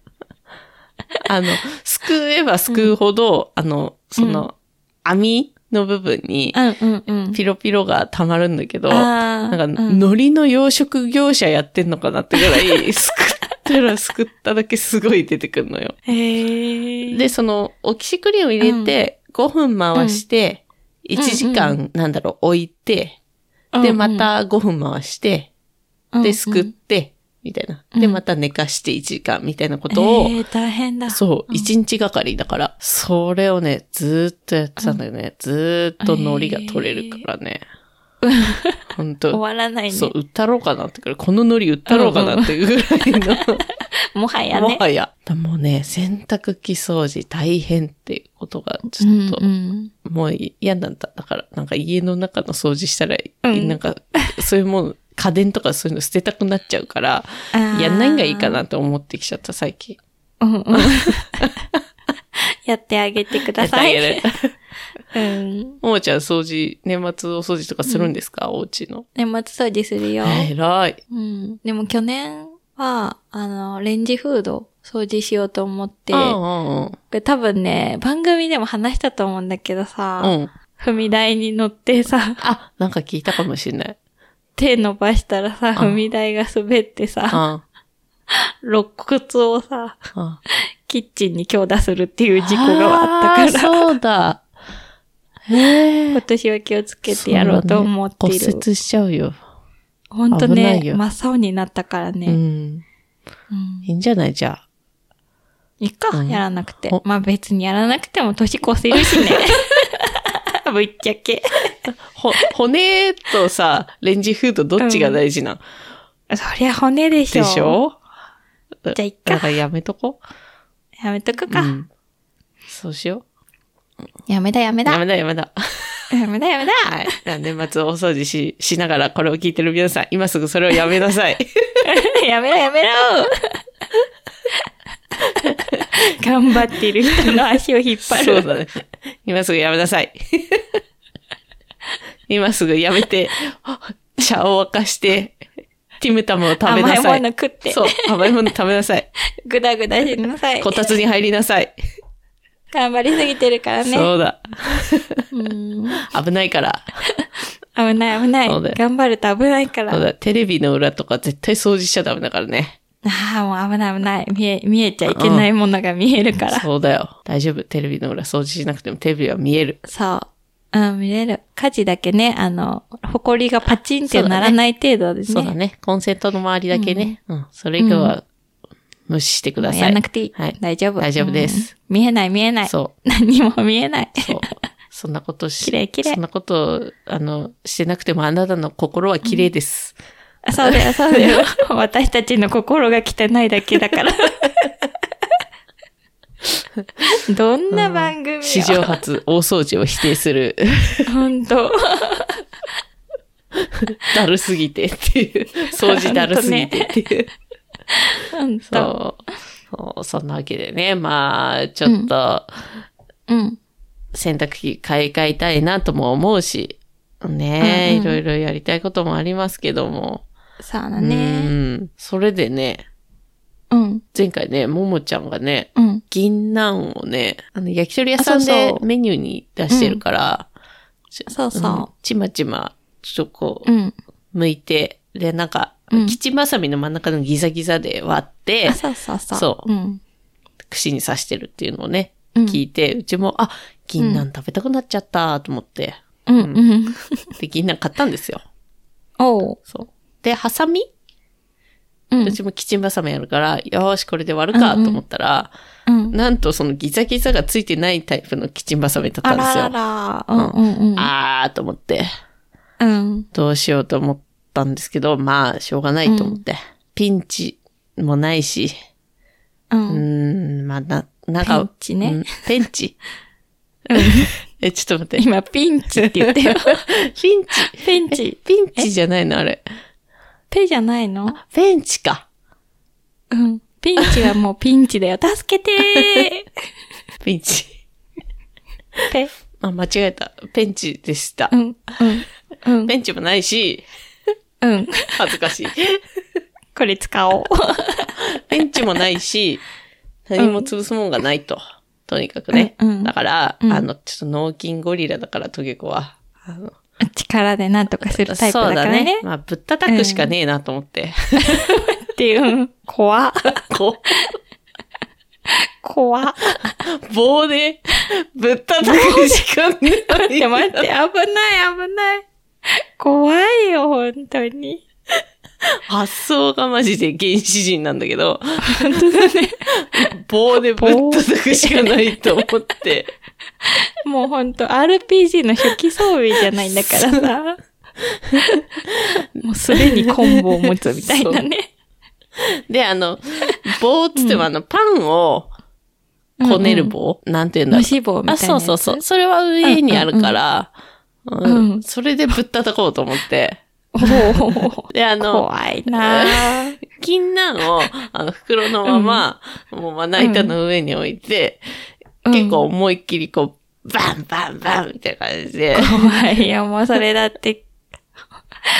A: あの、すくえばすくうほど、あの、その、網の部分に
B: う、んうんうん。
A: ピロピロが溜まるんだけど、なん
B: あー
A: か、
B: うん
A: 海苔の養殖業者やってんのかなってぐらい、すくったらすくっただけすごい出てくるのよ。
B: へえ。
A: で、その、オキシクリーンを入れて、5分回して、1時
B: うん
A: 間、なんだろう、置いて、
B: うんうん、
A: で、また5分回して、で、すくっ
B: うん
A: て、みたいな。
B: うん
A: で、また寝かして1時間みたいなこ
B: うん
A: とを、
B: えー、大変だ。
A: そうう、
B: ん
A: 1日がかりだから、それをね、ずーっとやってたんだよね。ずーっと海苔が取れるから ね。ほん
B: 終
A: と、
B: わらないね
A: そう、。売ったろうかなってくらい、この海苔売ったろうかなっていうぐらいの、
B: もは やね
A: も。はや。もうね、洗濯機掃除大変っていうことが、ちょっと
B: う、ん
A: もう嫌なんだ。だから、なんか家の中の掃除したら、
B: うん
A: なんか、そういうもん、家電とかそういうの捨てたくなっちゃうから、
B: うん、
A: やんないんがいいかなって思ってきちゃった、最近。
B: あー。うん うんやってあげて ください。
A: やってあげる
B: うん。
A: ももちゃん、掃除、年末お掃除とかするんですか、お家の。
B: 年末掃除するよ。
A: えらい。
B: うん。でも去年は、あの、レンジフード掃除しようと思って、
A: うん
B: これ多分ね、番組でも話したと思うんだけどさ、
A: うんうん。うん。
B: 踏み台に乗ってさ、
A: あ、なんか聞いたかもしれない。
B: 手伸ばしたらさ、踏み台が滑ってさ、
A: あ
B: 肋骨をさ、
A: あ
B: キッチンに強打するっていう事故があったから、
A: そうだ。 へえ
B: 今。年は気をつけてやろうと思っている。
A: 骨折しちゃうよ。
B: ほんと
A: 危ない
B: ね、
A: よ
B: 真っ青になったから
A: う
B: ね。
A: ん。
B: うん
A: いいんじゃないじゃあ。
B: いっか、
A: うん
B: やらなくて
A: お。
B: まあ別にやらなくても年越せるし ね。ぶっちゃけ。
A: ほ、骨とさ、レンジフードどっちが大事なん、
B: そりゃ骨でしょ。
A: でしょ
B: じゃあいっ
A: だ
B: か
A: か。らやめとこ
B: やめとく
A: う。
B: か。
A: うんそうしよ
B: やめだやめ
A: う。や
B: だ。
A: めだやめだ。
B: やめだやめだ。
A: はい。じゃあ年末大掃除し、しながらこれを聞いてる皆さん、今すぐそれをやめな さい。
B: やめろや めろ頑張ってる人の足を引っ張
A: そう
B: る。
A: だね。今すぐやめなさい。 今すぐやめて、茶を沸かして、ティムタムを食べな
B: 甘い
A: さ
B: も
A: い。
B: の食って、
A: そう。甘いもの食べなさい。
B: ぐだぐだしなさい。
A: こたつに入りなさい。
B: 頑張りすぎてるからね。
A: そうだ。
B: うん
A: 危ないから。
B: 危ない危ない
A: そうだよ。
B: 頑張ると危ないから。
A: そう
B: あ
A: だ、テレビの裏とか絶対掃除しちゃダメだからね。
B: あ、もう危ない危ない。見え、見えちゃいけないものが見えるか ら。
A: そうだよ。大丈夫。テレビの裏掃除しなくてもテレビは見える。
B: そう。うん、見れる。火事だけね、あの、埃がパチンって
A: そうだ
B: な
A: ね
B: らない程度ですね。
A: そうだね。コンセントの周りだけね。うん。それ以外は無視してくだ
B: もう
A: さ
B: や
A: い。
B: んなくていい。
A: はい
B: 大丈夫。
A: 大丈夫です
B: うん。見えない見えない。
A: そう。
B: 何も見え ない。
A: そう。そんなことし、
B: 綺麗綺麗
A: そんなことを、あの、してなくてもあなたの心は綺麗です。
B: そうだよ、そう だよ。私たちの心が汚いだけだから。どんな番組よ
A: 史上 初、大掃除を否定する。
B: ほんと。
A: だるすぎてって いう。掃除だるすぎてっていう。
B: ほんと。
A: そう。そうそんなわけでね、まあ、ちょっと、
B: うん。
A: 洗濯機買い替えたいなとも思うし、ねえ、
B: うんうん
A: いろいろやりたいこともありますけども。
B: そうだ
A: う
B: ね。
A: ん。それでね、
B: うん。
A: 前回ね、ももちゃんがね、
B: うん。
A: 銀杏をね、あの、焼き鳥屋さん
B: あそう
A: で
B: そう
A: メニューに出してるから、
B: そう
A: うん
B: そ
A: ちまちま、ちょっとこ
B: う。うん。
A: う、剥いて、で、なんか、
B: うん
A: キッチンバサミの真ん中のギザギザで割って
B: あ、そうそうそう。
A: そう
B: うん。
A: 串に刺してるっていうのをね、
B: うん
A: 聞いて、うちも、あ、銀杏食べたくなっちゃったと思って、
B: うんうん。
A: で、銀杏買ったんですよ。
B: おう。
A: そう。で、ハサミ
B: うん
A: う。ちもキッチンバサミやるから、よーし、これで割るかと思ったら、
B: うん。
A: なんとそのギザギザがついてないタイプのキッチンバサミだった
B: あ
A: んですよ。
B: ららら。うんうんうん。
A: あーと思って、
B: うん。
A: どうしようと思ったんですけど、まあ、しょうがないと思って。ピンチもないし、
B: う
A: うー
B: ん。
A: ん、まあ、な、なんか、
B: ペンチね
A: うんペン チ。え、ちょっと待って。
B: 今、ピンチって言って よ。
A: ピンチ。
B: ペンチ。
A: ピンチじゃないのあれ。
B: ペじゃないの
A: ペンチか。
B: うん。ピンチはもうピンチだよ。助けて
A: ピンチ。
B: ー ペ。
A: あ、間違えた。ペンチでした
B: う。ん。うん。うん。
A: ペンチもないし、
B: うん。
A: 恥ずかしい。
B: これ使 おう。
A: ペンチもないし、何も潰すもんがないと。とにかくね。
B: うんうん
A: だから、
B: うん
A: あの、ちょっと脳筋ゴリラだから、トゲ子は。あの
B: 力でなんとかするタイプ
A: そ
B: だ
A: う
B: か
A: だ
B: らね
A: ね。。まあ、ぶったたくしかねえなと思って。
B: っていううん。怖。
A: こ
B: 怖。
A: う、棒で、ぶったたくしかねえ。
B: 待って 待って、危ない危ない。怖いよ、本当に。
A: 発想がマジで原始人なんだけど。棒でぶったたくしかないと思って。
B: もう本当 RPG の初期装備じゃないんだからさ。もうすでにコンボを持つみたいなね。
A: で、あの、棒っつってもあの、パンをこねる棒、なんていうんだ
B: 無
A: ろ
B: 脂肪
A: う。
B: みたいなや
A: あ、
B: つ。
A: そうそうそう。それは上にあるから、うん
B: うんうんうん
A: それでぶったたこうと思って。
B: おー
A: で、あの、
B: 怖いなぁ。
A: 金杏を、あの、袋のまま、もうまな板の上に置いて、
B: うん
A: 結構思いっきりこう、バンバンバンみたいな感じ で、
B: 怖いよ、もうそれだって。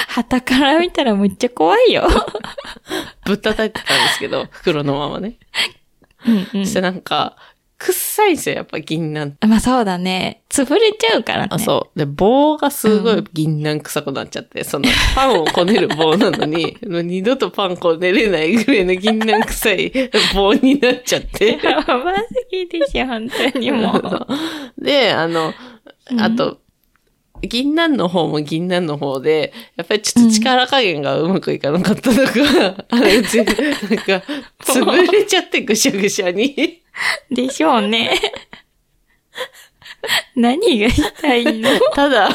B: 旗から見たらむっちゃ怖いよ。
A: ぶったたいてたんですけど、袋のままね。
B: うん
A: そしてなんか、くっさいんですよ、やっぱ銀杏って。
B: うん。まあそうだね。潰れちゃうからね。
A: あ、そう。で、棒がすごい銀杏臭くなっちゃって、その、パンをこねる棒なの に、もう二度とパンこねれないぐらいの銀杏臭い 棒になっちゃって。
B: やばすぎでしょ、本当にも う。
A: で、あの、
B: うん
A: あと、銀杏の方も銀杏の方で、やっぱりちょっと力加減がうまくいかなかったの か、あれ、全部なんか、潰れちゃってぐしゃぐしゃに。
B: でしょうね。 何がしたいの
A: ただ、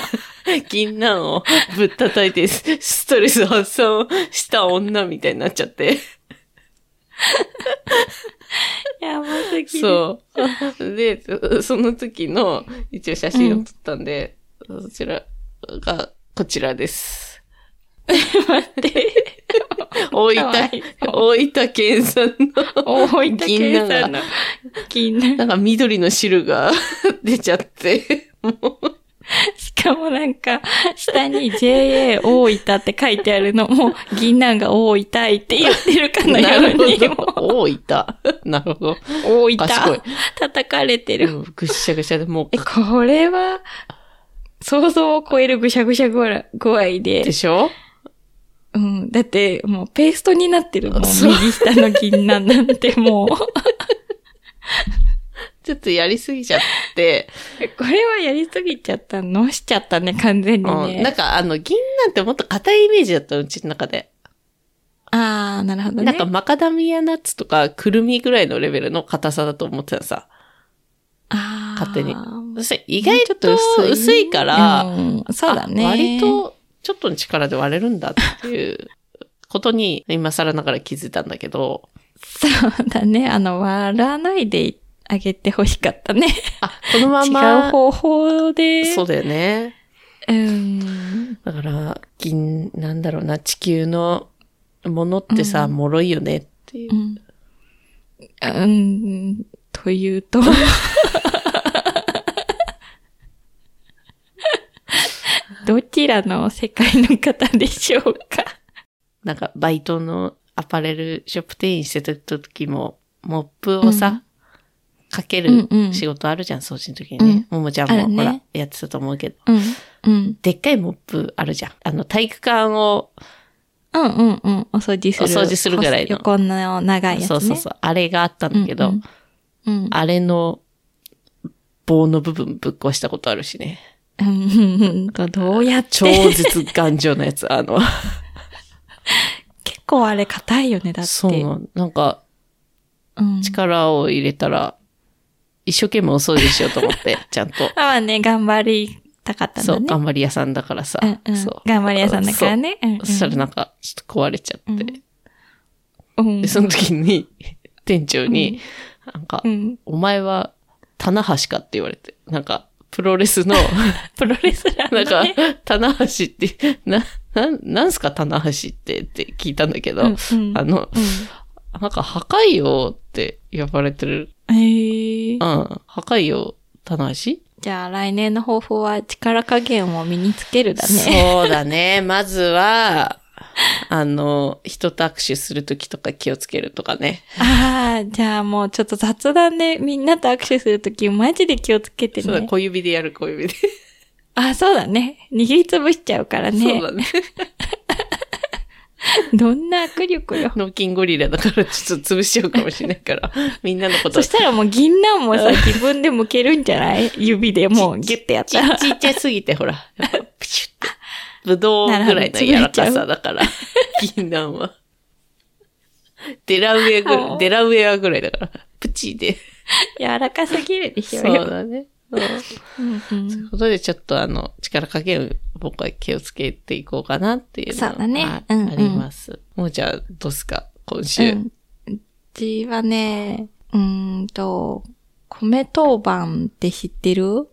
A: 銀杏をぶったたいて、スストレス発散した女みたいになっちゃ って。
B: やばすぎる。
A: そう。で、その時の、一応写真を撮ったんで、そちらが、こちらです。
B: 待って。
A: 大
B: かわい
A: 分、大分県産の、
B: 大分県産の銀杏。
A: なんか緑の汁が 出ちゃって、もう、
B: しかもなんか、下に JA 大分って書いてあるのも、銀杏が大分いって言ってるかの
A: な
B: よ
A: る
B: うに、
A: ほ
B: も
A: ど。大分。なるほど。
B: う大分
A: 賢い。
B: 叩かれて
A: で
B: る。
A: もぐっしゃぐしゃで、も
B: え、
A: う、
B: これは、想像を超えるぐしゃぐしゃ具合具合で
A: で。しょ
B: うん。だって、もうペーストになってるもん。
A: そう
B: 右下の銀杏なんてもう。こ
A: ちょっとやりすぎちゃって、
B: れはやりすぎちゃった。のしちゃったね、完全に
A: うん、なん
B: ね。
A: かあの、銀なんてもっと硬いイメージだったの、うちの中で。
B: あー、なるほどね。
A: なんかマカダミアナッツとかくるみぐらいのレベルの硬さだと思ってたさ。
B: あー
A: 勝手にそして意外と薄いから、
B: うんそうだね。
A: あ割とちょっとの力で割れるんだっていうことに、今更ながら気づいたんだけど、
B: そうだね。あの、割らないであげてほしかったね。
A: あ、このまま、
B: 違う方法で。
A: そうだよね。
B: うん。
A: だから、銀、なんだろうな、地球のものってさ、
B: うん
A: 脆いよねっていうう。
B: ん。うん。という と。どちらの世界の方でしょうか
A: なんか、バイトのアパレルショップ店員してた時も、モップをさ、かける
B: うんうん
A: 仕事あるじゃん、掃除の時にね。ももちゃん
B: ある
A: も、
B: ね
A: ほら、やってたと思うけど。
B: うん。うん。
A: でっかいモップあるじゃん。あの、体育館を、
B: うんうんうん。お掃除する。
A: お掃除するぐらいの
B: 横の長いやつね。
A: そうそうそう、あれがあったんだけど、
B: うんうん。うん
A: あれの棒の部分ぶっ壊したことあるしね。
B: うんうんと、どうやって。
A: 超絶頑丈なやつ、あの、
B: 結構あれ硬いよね、だって。
A: そうなのなんか、
B: うん。
A: 力を入れたら、一生懸命お掃除しようと思っ て、ちゃんと。
B: まあね、頑張りたかったん
A: そ
B: だ
A: う、
B: ね。
A: 頑張り屋さんだからさ。
B: うんうん
A: そう
B: 頑張り屋さんだからね。うんうん
A: そうそしたらなんか、ちょっと壊れちゃって。
B: うん
A: で、その時に、 店長に、なんか、
B: うん。
A: お前は、棚橋かって言われて、なんか、プロレス の、
B: プロレスラー
A: なん
B: の
A: か
B: ね。、
A: 棚橋って、な、な、なんすか棚橋ってって聞いたんだけど、
B: うんうん
A: あの、
B: うん
A: なんか、破壊王って呼ばれてる。
B: へ
A: う
B: え
A: ん、破壊王、棚橋
B: じゃあ来年の抱負は力加減を身につけるだね。
A: そうだ ね。まずは、あの、人と握手するときとか気をつけるとかね。
B: ああ、じゃあもうちょっと雑談でみんなと握手するときマジで気をつけて
A: そうだ、
B: ね。
A: 小指でやる、小指で。
B: あ、そうだね。握りつぶしちゃうか ら
A: そう
B: ね。
A: だね。
B: どんな握力よ。
A: 脳筋ゴリラだからちょっと潰しちゃうかもしれないから、みんなのこと
B: そしたらもう銀杏もさ、自分で剥けるんじゃない 指でもうギュッてやっ
A: ち
B: たら。
A: ちっちゃすぎて、ほら、やっぱプシュって。ぶどうぐらいの柔らかさだから、銀杏は。デラウェアぐら
B: あ
A: い、デラウェアぐらいだから、プチで。
B: 柔らかすぎるでし
A: そ
B: ょ
A: う
B: よ。
A: だね。うん
B: うんうん
A: ということで、ちょっとあの、力加減、僕は気をつけていこうかなっていうのが
B: そうだね
A: あ
B: うんうん
A: あります。もうじゃあ、どうすか今
B: う
A: 週。
B: ん。うちはね、うーんと、米当番って知ってる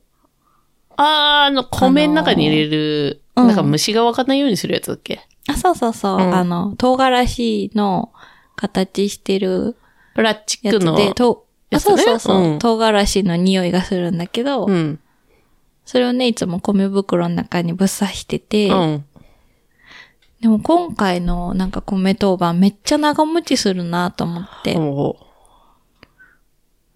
A: あー、あの、米の中に入れる、
B: あのー
A: なんか虫が湧かないようにするやつだっけ
B: あ、そうそうそう。
A: うん
B: あの、唐辛子の形してる
A: プラスチ
B: や
A: ッ
B: つ
A: クの。
B: で、と
A: や
B: あ
A: つね
B: そうそうそう、
A: うん
B: 唐辛子の匂いがするんだけど、
A: うん。
B: それをね、いつも米袋の中にぶっ刺してて、
A: うん。
B: でも今回のなんか米当番めっちゃ長持ちするなと思って、
A: お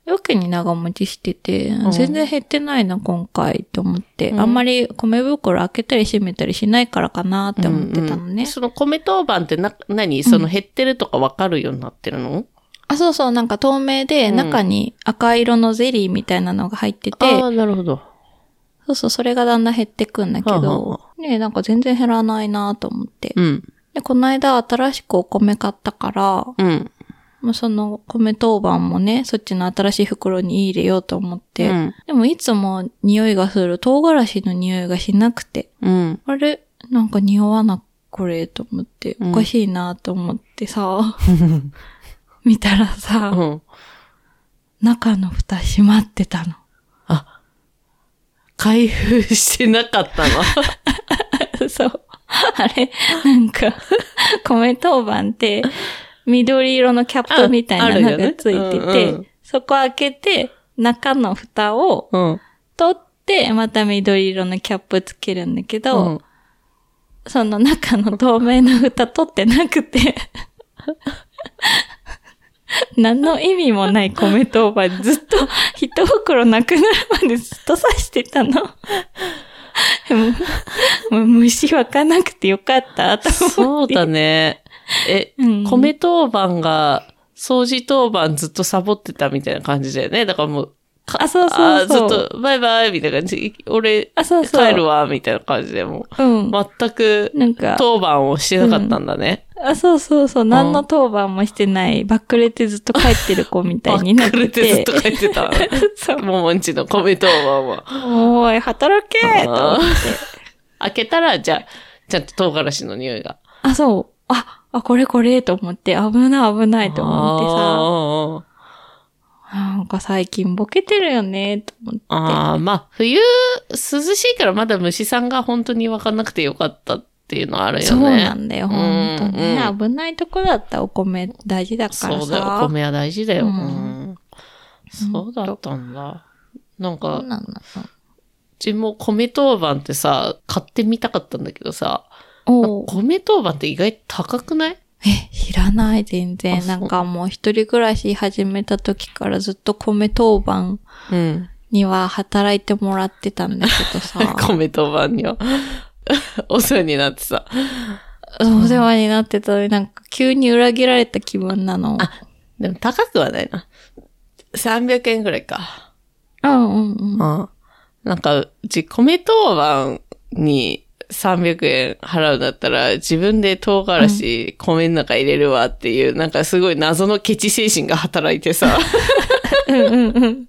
B: やけに長持ちしてて、
A: ん
B: 全然減ってないな、今回、と思って、
A: うん
B: あんまり米袋開けたり閉めたりしないからかなって思ってたのね。
A: うんうんその米当番ってな、何その減ってるとかわかるようになってるの、
B: あ、そうそう、なんか透明で、
A: うん
B: 中に赤色のゼリーみたいなのが入ってて、
A: ああ、なるほど。
B: そうそう、それがだんだん減ってくんだけ
A: はあは
B: ど、ねなんか全然減らないなと思って。
A: うん。
B: で、この間新しくお米買ったから、
A: うん。
B: もうその米当番もね、そっちの新しい袋に入れようと思って、
A: うん。
B: でもいつも匂いがする唐辛子の匂いがしなくて、
A: うん。
B: あれなんか匂わな、これ、と思って、
A: うん
B: おかしいなと思っ てさ、見たらさ、
A: うん。
B: 中の蓋閉まってたの。
A: あ、開封してなかった の。
B: そう。あれ、なんか、米当番って、緑色のキャップみた
A: ああ
B: い
A: る
B: な
A: よ
B: の
A: ね
B: がついて
A: うんう
B: て
A: ん、
B: そこ開けて、中の蓋を
A: うん。
B: 取って、また緑色のキャップつけるんだけど、
A: うん
B: その中の透明の蓋取ってなくて、 何の意味もない米当番ずっと一袋なくなるまでずっと刺してたの。 でももう虫湧かなくてよかったと
A: そ
B: 思っ
A: う
B: て。
A: だね。え、
B: うん
A: 米当番が、掃除当番ずっとサボってたみたいな感じだよね。だからもう、
B: あ、そうそうそう。
A: あーずっと、バイバイみたいな感じ。 俺、
B: あ、そうそう。
A: 帰るわ、みたいな感じでも
B: うん。
A: う。全く、
B: なんか、
A: 当番をしてなかったんだね。
B: あ、そうそうそう。何の当番もしてない、バックレてずっと帰ってる子みたいになっ
A: バ
B: て
A: ックレて
B: て。
A: ずっと帰ってた
B: そう。
A: ももんちの米当番は。
B: おい、働けと思って。
A: 開けたら、じゃあ、ちゃんと唐辛子の匂いが。
B: あ、そう。あ、あ、これこれと思って、危ない危ないと思ってさ、
A: あー
B: なんか最近ボケてるよね、と思って。
A: あー、まあ、冬、涼しいからまだ虫さんが本当に分かんなくてよかったっていうのはあるよね。
B: そうなんだよ、
A: うん
B: 本当ね、
A: うん
B: 危ないとこだったお米大事だからさ。
A: そうだよ、お米は大事だよ。
B: う
A: うんんそうだったんだ。なん
B: そ
A: か
B: う、なんだ。
A: うちも米当番ってさ、買ってみたかったんだけどさ、
B: おう
A: 米当番って意外と高くない
B: え、知らない、
A: あ
B: 全然。
A: そう
B: なんかもう一人暮らし始めた時からずっと米当番
A: うん。
B: には働いてもらってたんだけどさ。
A: 米当番には。 お世話になってさ。
B: お世話になってたのになんか急に裏切られた気分なの。
A: あでも高くはないな。300円ぐらいか。
B: うんうんうん。
A: うん。なんか、うち米当番に300円払うんだったら、自分で唐辛子米の中入れるわっていう、なんかすごい謎のケチ精神が働いて さ。
B: うんうんうん。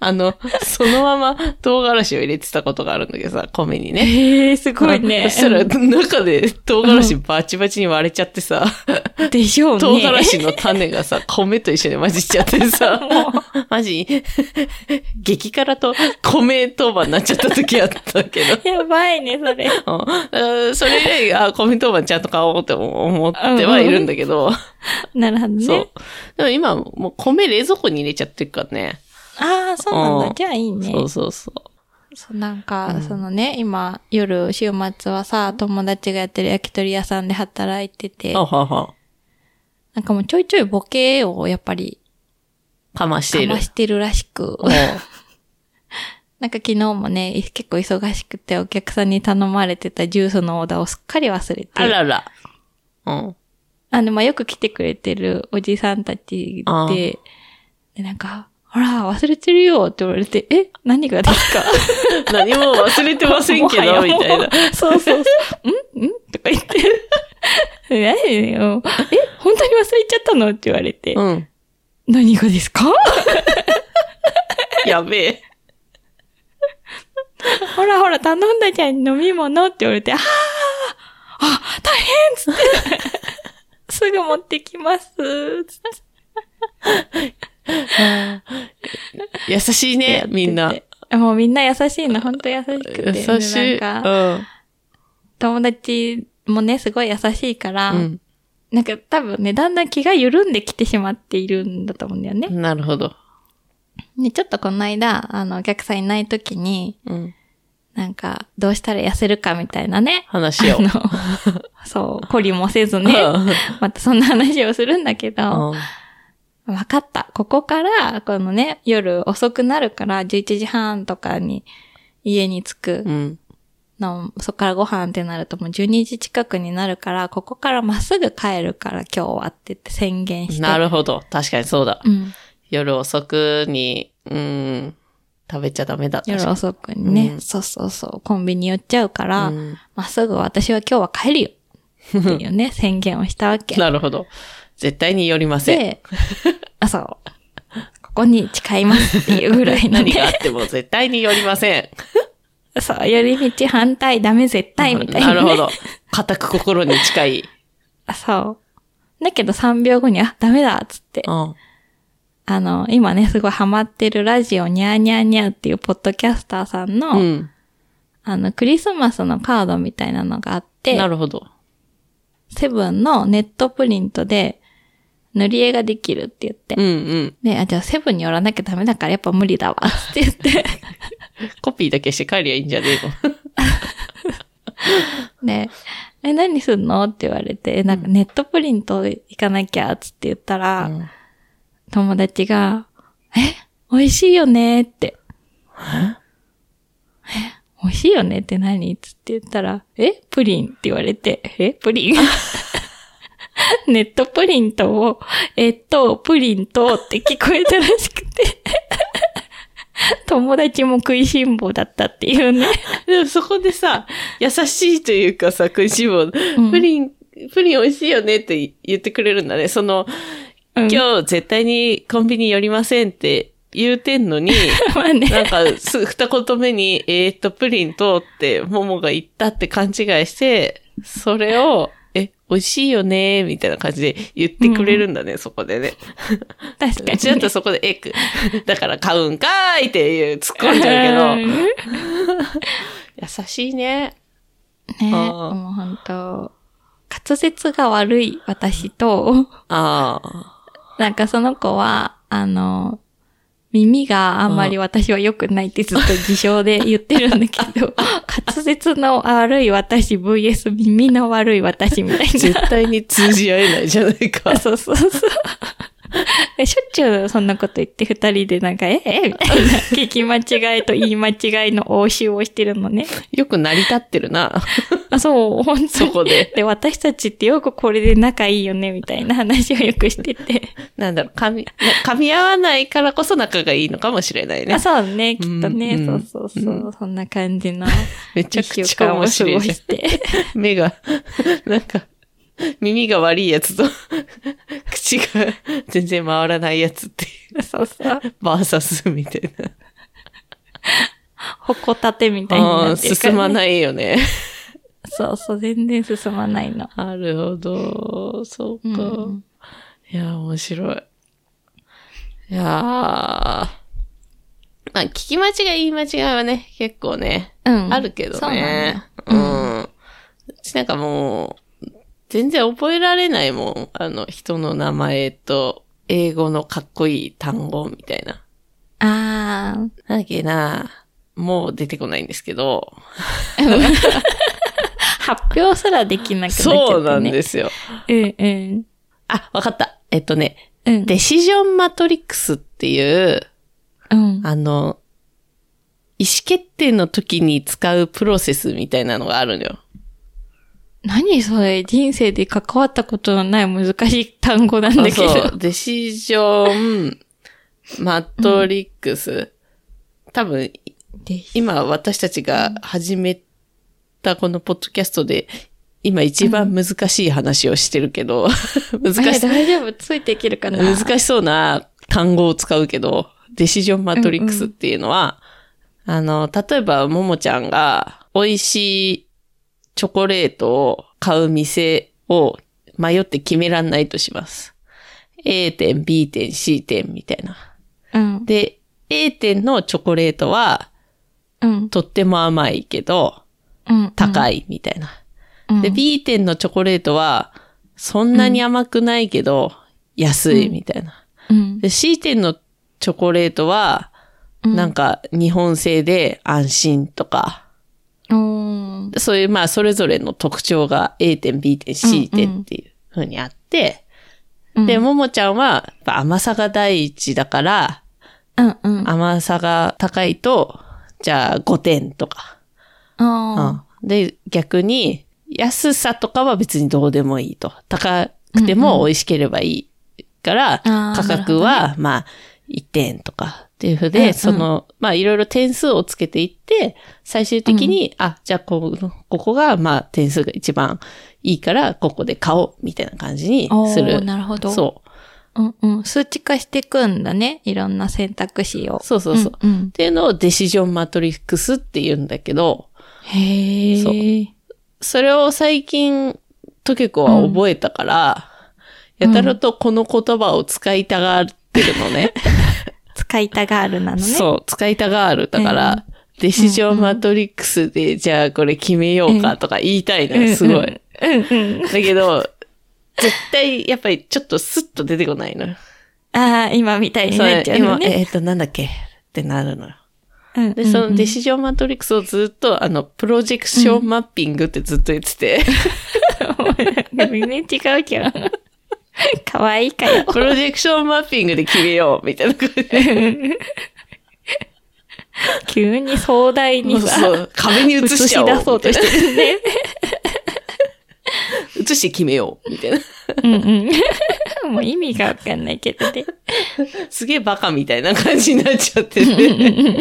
A: あの、そのまま唐辛子を入れてたことがあるんだけどさ、米にね。
B: えー、すごいね。
A: そしたら、中で唐辛子バチバチに割れちゃってさ、
B: でしょうね。
A: 唐辛子の種が さ、米と一緒に混じっちゃってさ、マジ、 激辛と米当番になっちゃった時あったけど。
B: やばいね、そ
A: う
B: れ。
A: んだからそれ以来、あ、米当番ちゃんと買おうって思ってはいるんだけど、
B: なるほど ね。
A: そう。でも今、もう米冷蔵庫に入れちゃってるからね。
B: ああ、そうなん
A: う
B: だ。
A: ん
B: じゃあいいね。
A: そうそうそう。
B: そうなんか、
A: うん
B: そのね、今、夜、週末はさ、友達がやってる焼き鳥屋さんで働いてて、
A: あはは。
B: なんかもうちょいちょいボケをやっぱり、
A: かまして
B: か
A: いる
B: ま。してるらしく、
A: うん
B: なんか昨日もね、い結構忙しくてお客さんに頼まれてたジュースのオーダーをすっかり忘れて、
A: あらら。うん。
B: あの、まあ、よく来てくれてるおじさんたち
A: あ
B: で、で、なんか、ほら、忘れてるよって言われて、え何がですか
A: 何も忘れてませんけ
B: も
A: ど、
B: はや
A: み
B: もう
A: たいな。。
B: そうそうそう。んんとか言 って。何よ。え本当に忘れちゃったのって言われて。
A: うん。
B: 何がですか
A: やべえ。
B: ほらほら、頼んだじゃん、飲み物って言われて、あーあ、大変っ つって。すぐ持ってきます。つって
A: 優しいね、みんな。
B: もうみんな優しいの、本当優しくて。
A: 優しい。う
B: なんか、
A: ん。
B: 友達もね、すごい優しいから、
A: うん。
B: なんか多分ね、だんだん気が緩んできてしまっているんだと思うんだよね。
A: なるほど。
B: ね、ちょっとこの間、あの、お客さんいないときに、
A: うん。
B: なんか、どうしたら痩せるかみたいなね。
A: 話を
B: あ。の、 そう、懲りもせず
A: うん
B: ね。またそんな話をするんだけど、
A: うん
B: わかった。ここから、このね、夜遅くなるから、11時半とかに家に着く
A: うん。
B: の、そこからご飯ってなるともう12時近くになるから、ここからまっすぐ帰るから今日はって言って宣言して。
A: なるほど。確かにそうだ。
B: うん。
A: 夜遅くに、うん。食べちゃダメだ。
B: 夜遅くにね、
A: うん
B: そうそうそう、コンビニ寄っちゃうから、
A: うん
B: まっすぐ私は今日は帰るよ。ってい うね、宣言をしたわけ。
A: なるほど。絶対に寄りません。
B: で、あ、そう。ここに誓いますっていうぐらいの
A: 何があっ
B: ね。
A: ても絶対に寄りません。
B: そう、寄り道反対ダメ絶対みたいな、
A: な
B: ね。
A: るほど。固く心に近い。
B: あ。そう。だけど3秒後に、あ、ダメだっつって。
A: うん。
B: あの、今ね、すごいハマってるラジオニャーニャーニャーっていうポッドキャスターさんの、
A: うん。
B: あの、クリスマスのカードみたいなのがあって、
A: なるほど。
B: セブンのネットプリントで塗り絵ができるって言って。
A: うんうん。
B: ね、あ、じゃあセブンに寄らなきゃダメだからやっぱ無理だわ。って 言って。
A: コピーだけして帰りゃいいんじゃねえの
B: ね、え、何すんのって言われて、えなんかネットプリント行かなきゃ、つって言ったら、
A: うん
B: 友達が、え、美味しいよねって。え、美味しいよねって何つって言ったら、え、プリンって言われて、え、プリン ネットプリントを、えっと、プリントって聞こえたらしくて。 友達も食いしん坊だったっていうね。
A: でもそこでさ、優しいというかさ、食いしん坊、
B: ん
A: プリン、プリン美味しいよねって言ってくれるんだね。その、
B: うん
A: 今日絶対にコンビニ寄りませんって言うてんのに、
B: まあ ね。
A: なんか、す、二言目に、えーっと、プリンとって、ももが言ったって勘違いして、それを、え、美味しいよね、みたいな感じで言ってくれるんだね、そこでね。
B: 確かに。
A: うちだとそこで、えく、 だから買うんかーいっていう突っ込んじゃうけど、
B: ど。
A: 優しいね。
B: ね、
A: あー
B: もう本当滑舌が悪い私と、
A: ああ。
B: なんかその子は、あの、耳があんまり私は良くないってずっと自称で言ってるんだけ ど、滑舌の悪い私 VS 耳の悪い私みたい
A: 絶対に通じ合えないじゃないか
B: な。。そうそうそう。で しょっちゅうそんなこと言って二人でなんか、ええみたいな聞き間違いと言い間違いの応酬をしてる のね。
A: よく成り立ってるな。
B: あ、そう、本当に
A: そこで。
B: で、私たちってよくこれで仲いいよね、みたいな話をよくしてて。
A: なんだろう、噛み、噛み合わないからこそ仲がいいのかもしれないね
B: あ、。そうね、きっとね。
A: うんうん
B: そうそうそう、そんな感じの。
A: めちゃくちゃ面白いじゃん。
B: て。
A: 目が、なんか、耳が悪いやつと、 口が全然回らないやつっていう、
B: そう そう。
A: バーサスみたいな。
B: ほこたてみたいに
A: あ
B: な
A: あ、
B: ってるから、
A: 進まないよね。
B: い。そうそう、全然進まないの。
A: なるほど。そうか。
B: うん
A: いや、面白い。いやーまあ、聞き間違い、言い間違いはね、結構ね、
B: うん。
A: あるけど
B: そうなんだよ
A: ね。うん。うちなんかもう、全然覚えられないもん。あの、人の名前と、英語のかっこいい単語みたいな。
B: あ
A: なんだっけな、もう出てこないんですけど。
B: あ。発表すらできなくなっちゃった、ね。。
A: そうなんですすよ。
B: うんうん。
A: あ、わかった。えっとね、
B: うん。
A: デシジョンマトリックスっていう、
B: うん。
A: あの、意思決定の時に使うプロセスみたいなのがあるのよ。
B: 何それ人生で関わったことのない難しい単語なんだけど。
A: そう、デシジョン、マトリックス。多分、
B: で
A: 今私たちが始めたこのポッドキャストで、今一番難しい話をしてるけど、 難し
B: え、大丈夫ついていけるかな
A: 難しそうな単語を使うけど、デシジョンマトリックスっていうのは、あの、例えば、ももちゃんが、美味しいチョコレートを買う店を迷って決めらんないとします。A 点、B 点、C 点みたいな。
B: うん。
A: で、A 点のチョコレートは、
B: うん。
A: とっても甘いけど、
B: うん。
A: 高いみたいな。
B: うん。
A: で、B 店のチョコレートは、そんなに甘くないけど、安いみたいな。
B: うん。
A: で、C 店のチョコレートは、なんか日本製で安心とか、
B: うん。
A: そういうまあそれぞれの特徴が A 点、B 点、C
B: うんう
A: 点
B: ん
A: っていう風にあって、
B: うん
A: で、、ももちゃんはやっぱ甘さが第一だから、
B: うんうん。
A: 甘さが高いと、じゃあ5点とか。
B: あ
A: うんで、逆に安さとかは別にどうでもいいと。高くても美味しければいいから、
B: あー
A: 価格は、まあ、1点とかっていうふう
B: うん
A: で、
B: うん
A: その、まあ、いろいろ点数をつけていって、最終的に、あ、じゃあこう、ここが、まあ、点数が一番いいから、ここで買おう、みたいな感じに
B: あ。お
A: す
B: ー
A: る。
B: なるほど。。
A: そう
B: うんうん。数値化していくんだね。いろんな選択肢を
A: う。。そうそうそう。っ
B: うんうん。
A: ていうのをデシジョンマトリックスって言うんだけど、そ
B: へえ。
A: それを最近、トケコは覚えたから、
B: うん
A: やたらとこの言葉を使いたがってるのね。
B: 使いたがあるなのね。う。
A: そう、使いたがる。だから、デシジョンマトリックスで、じゃあこれ決めようかとか言いたいのよ、すごい。。
B: うんうん。
A: だけど、絶対、やっぱりちょっとスッと出てこないのよ。
B: ああ、今みたいに
A: そ
B: なっ
A: れ
B: ちゃう
A: 今
B: の、ね。
A: えっと、なんだっけってなるのよ。
B: うん
A: で、そのデ
B: 弟
A: シジョンマトリックスをずっと、あの、プロジェクションマッピングってずっと言ってて、
B: 全然違うじ ゃん。かわいいかよ。
A: プロジェクションマッピングで決めよう、みたいな感じで。
B: 急に壮大にさ。
A: そう、壁に映しちゃおう。
B: 映し出そうとしてるね。
A: 映して決めよう、みたいな。
B: うんうん。 もう意味がわかんないけどね。
A: すげえバカみたいな感じになっちゃってて。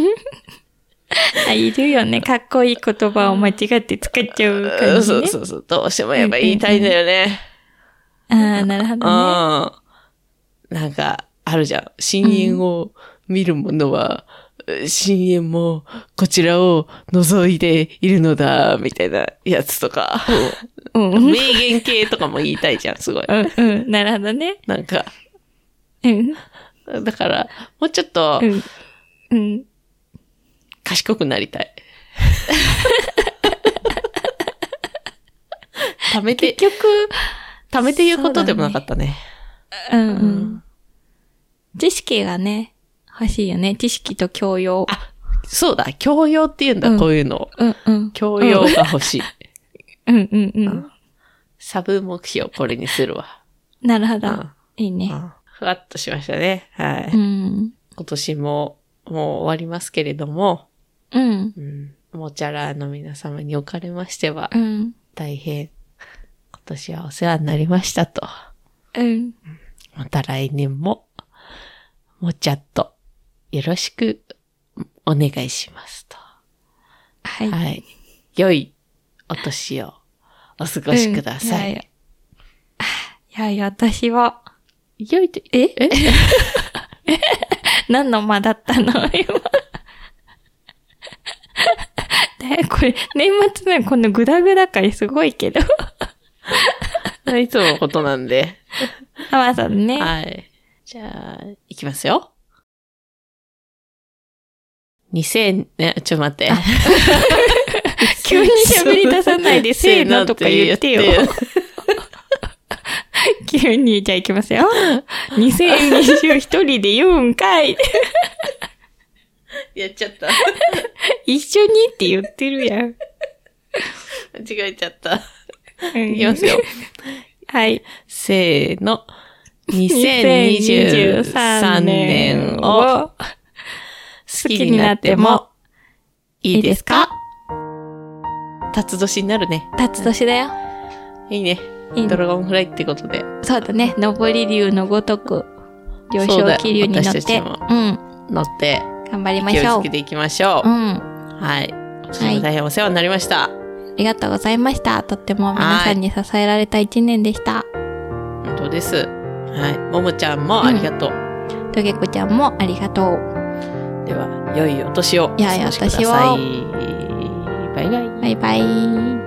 B: あいるよね。かっこいい言葉を間違って使っちゃう感じ、
A: そ
B: ね
A: う。そうそう。どうしてもやっぱ言いたいんだよね。
B: ああ、なるほ
A: うん。
B: どね。
A: なんか、あるじゃん。深淵を見るものは、深淵もこちらを覗いているのだ、みたいなやつとか、
B: うん。
A: 名
B: うん。
A: 言系とかも言いたいじゃん、すごい。
B: うん。なるほどね。
A: なんか、
B: うん。
A: だから、もうちょっと
B: うん。うん。
A: 賢くなりた い。貯めて、
B: 結局、
A: 貯めて言うことでもなかったね。
B: うん
A: う
B: うん
A: ん。
B: 知識がね、欲しいよね。知識と教養。
A: あそうだ、教養って言うんだ、
B: うん
A: こういうの。
B: うんうん。
A: 教養が欲しい。
B: うんうんうん
A: ん。 サブ目標これにするわ。
B: なるほ
A: う
B: ど
A: ん。
B: いいね。
A: ふわっとしましたね。は
B: う
A: い。
B: ん。
A: 今年ももう終わりますけれども、
B: うん。
A: うん、もちゃらの皆様におかれましては
B: う、ん。
A: 大変、今年はお世話になりましたと。
B: うん。
A: また来年も、もちゃっと、よろしく、お願いしますと。
B: はい。
A: はい。良いお年をお過ごしください。
B: うんいやいや、私は、
A: 良いと、
B: ええ 何の間だった の今。 え、これ、年末ね、このグダグダ回すごいけど。
A: いつものことなんで。
B: ハマさ んね。
A: はい。じゃあ、いきますよ。2000、ね、ちょ、待 って。
B: 急に喋り出さないで、せーのとか言ってよ。急に、じゃあ行きますよ。2020一人で言うんかい。
A: やっちゃった。
B: 一緒にって言ってるやん。
A: 間違えちゃった。
B: うん
A: いきますよ。
B: はい。
A: せーの。
B: 2023
A: 2023
B: 年
A: 年
B: を
A: を
B: 好
A: 好きになってもいいですか辰年になるね。
B: 立つ年だよ。
A: いいね。
B: いいね
A: ドラゴンフライってことで。
B: そうだね。上り竜のごとく、上
A: そうだ
B: 昇
A: よ
B: 気流に乗って、う
A: 私たち
B: ん
A: も。乗って、
B: 頑張りま
A: 気
B: し
A: を
B: ょ
A: つ
B: う
A: け。ていきましょ
B: う
A: う。
B: ん。あ
A: はい。今年も大変お世話になりました。
B: りがとうございました。とっても皆さんに支えられた一年でした。
A: 本当です。はい。ももちゃんもありがとう。
B: とげこちゃんもありがとう。
A: では、良いお年をお過ごしください。
B: いやいやお年
A: バイバイ。
B: バイバイ。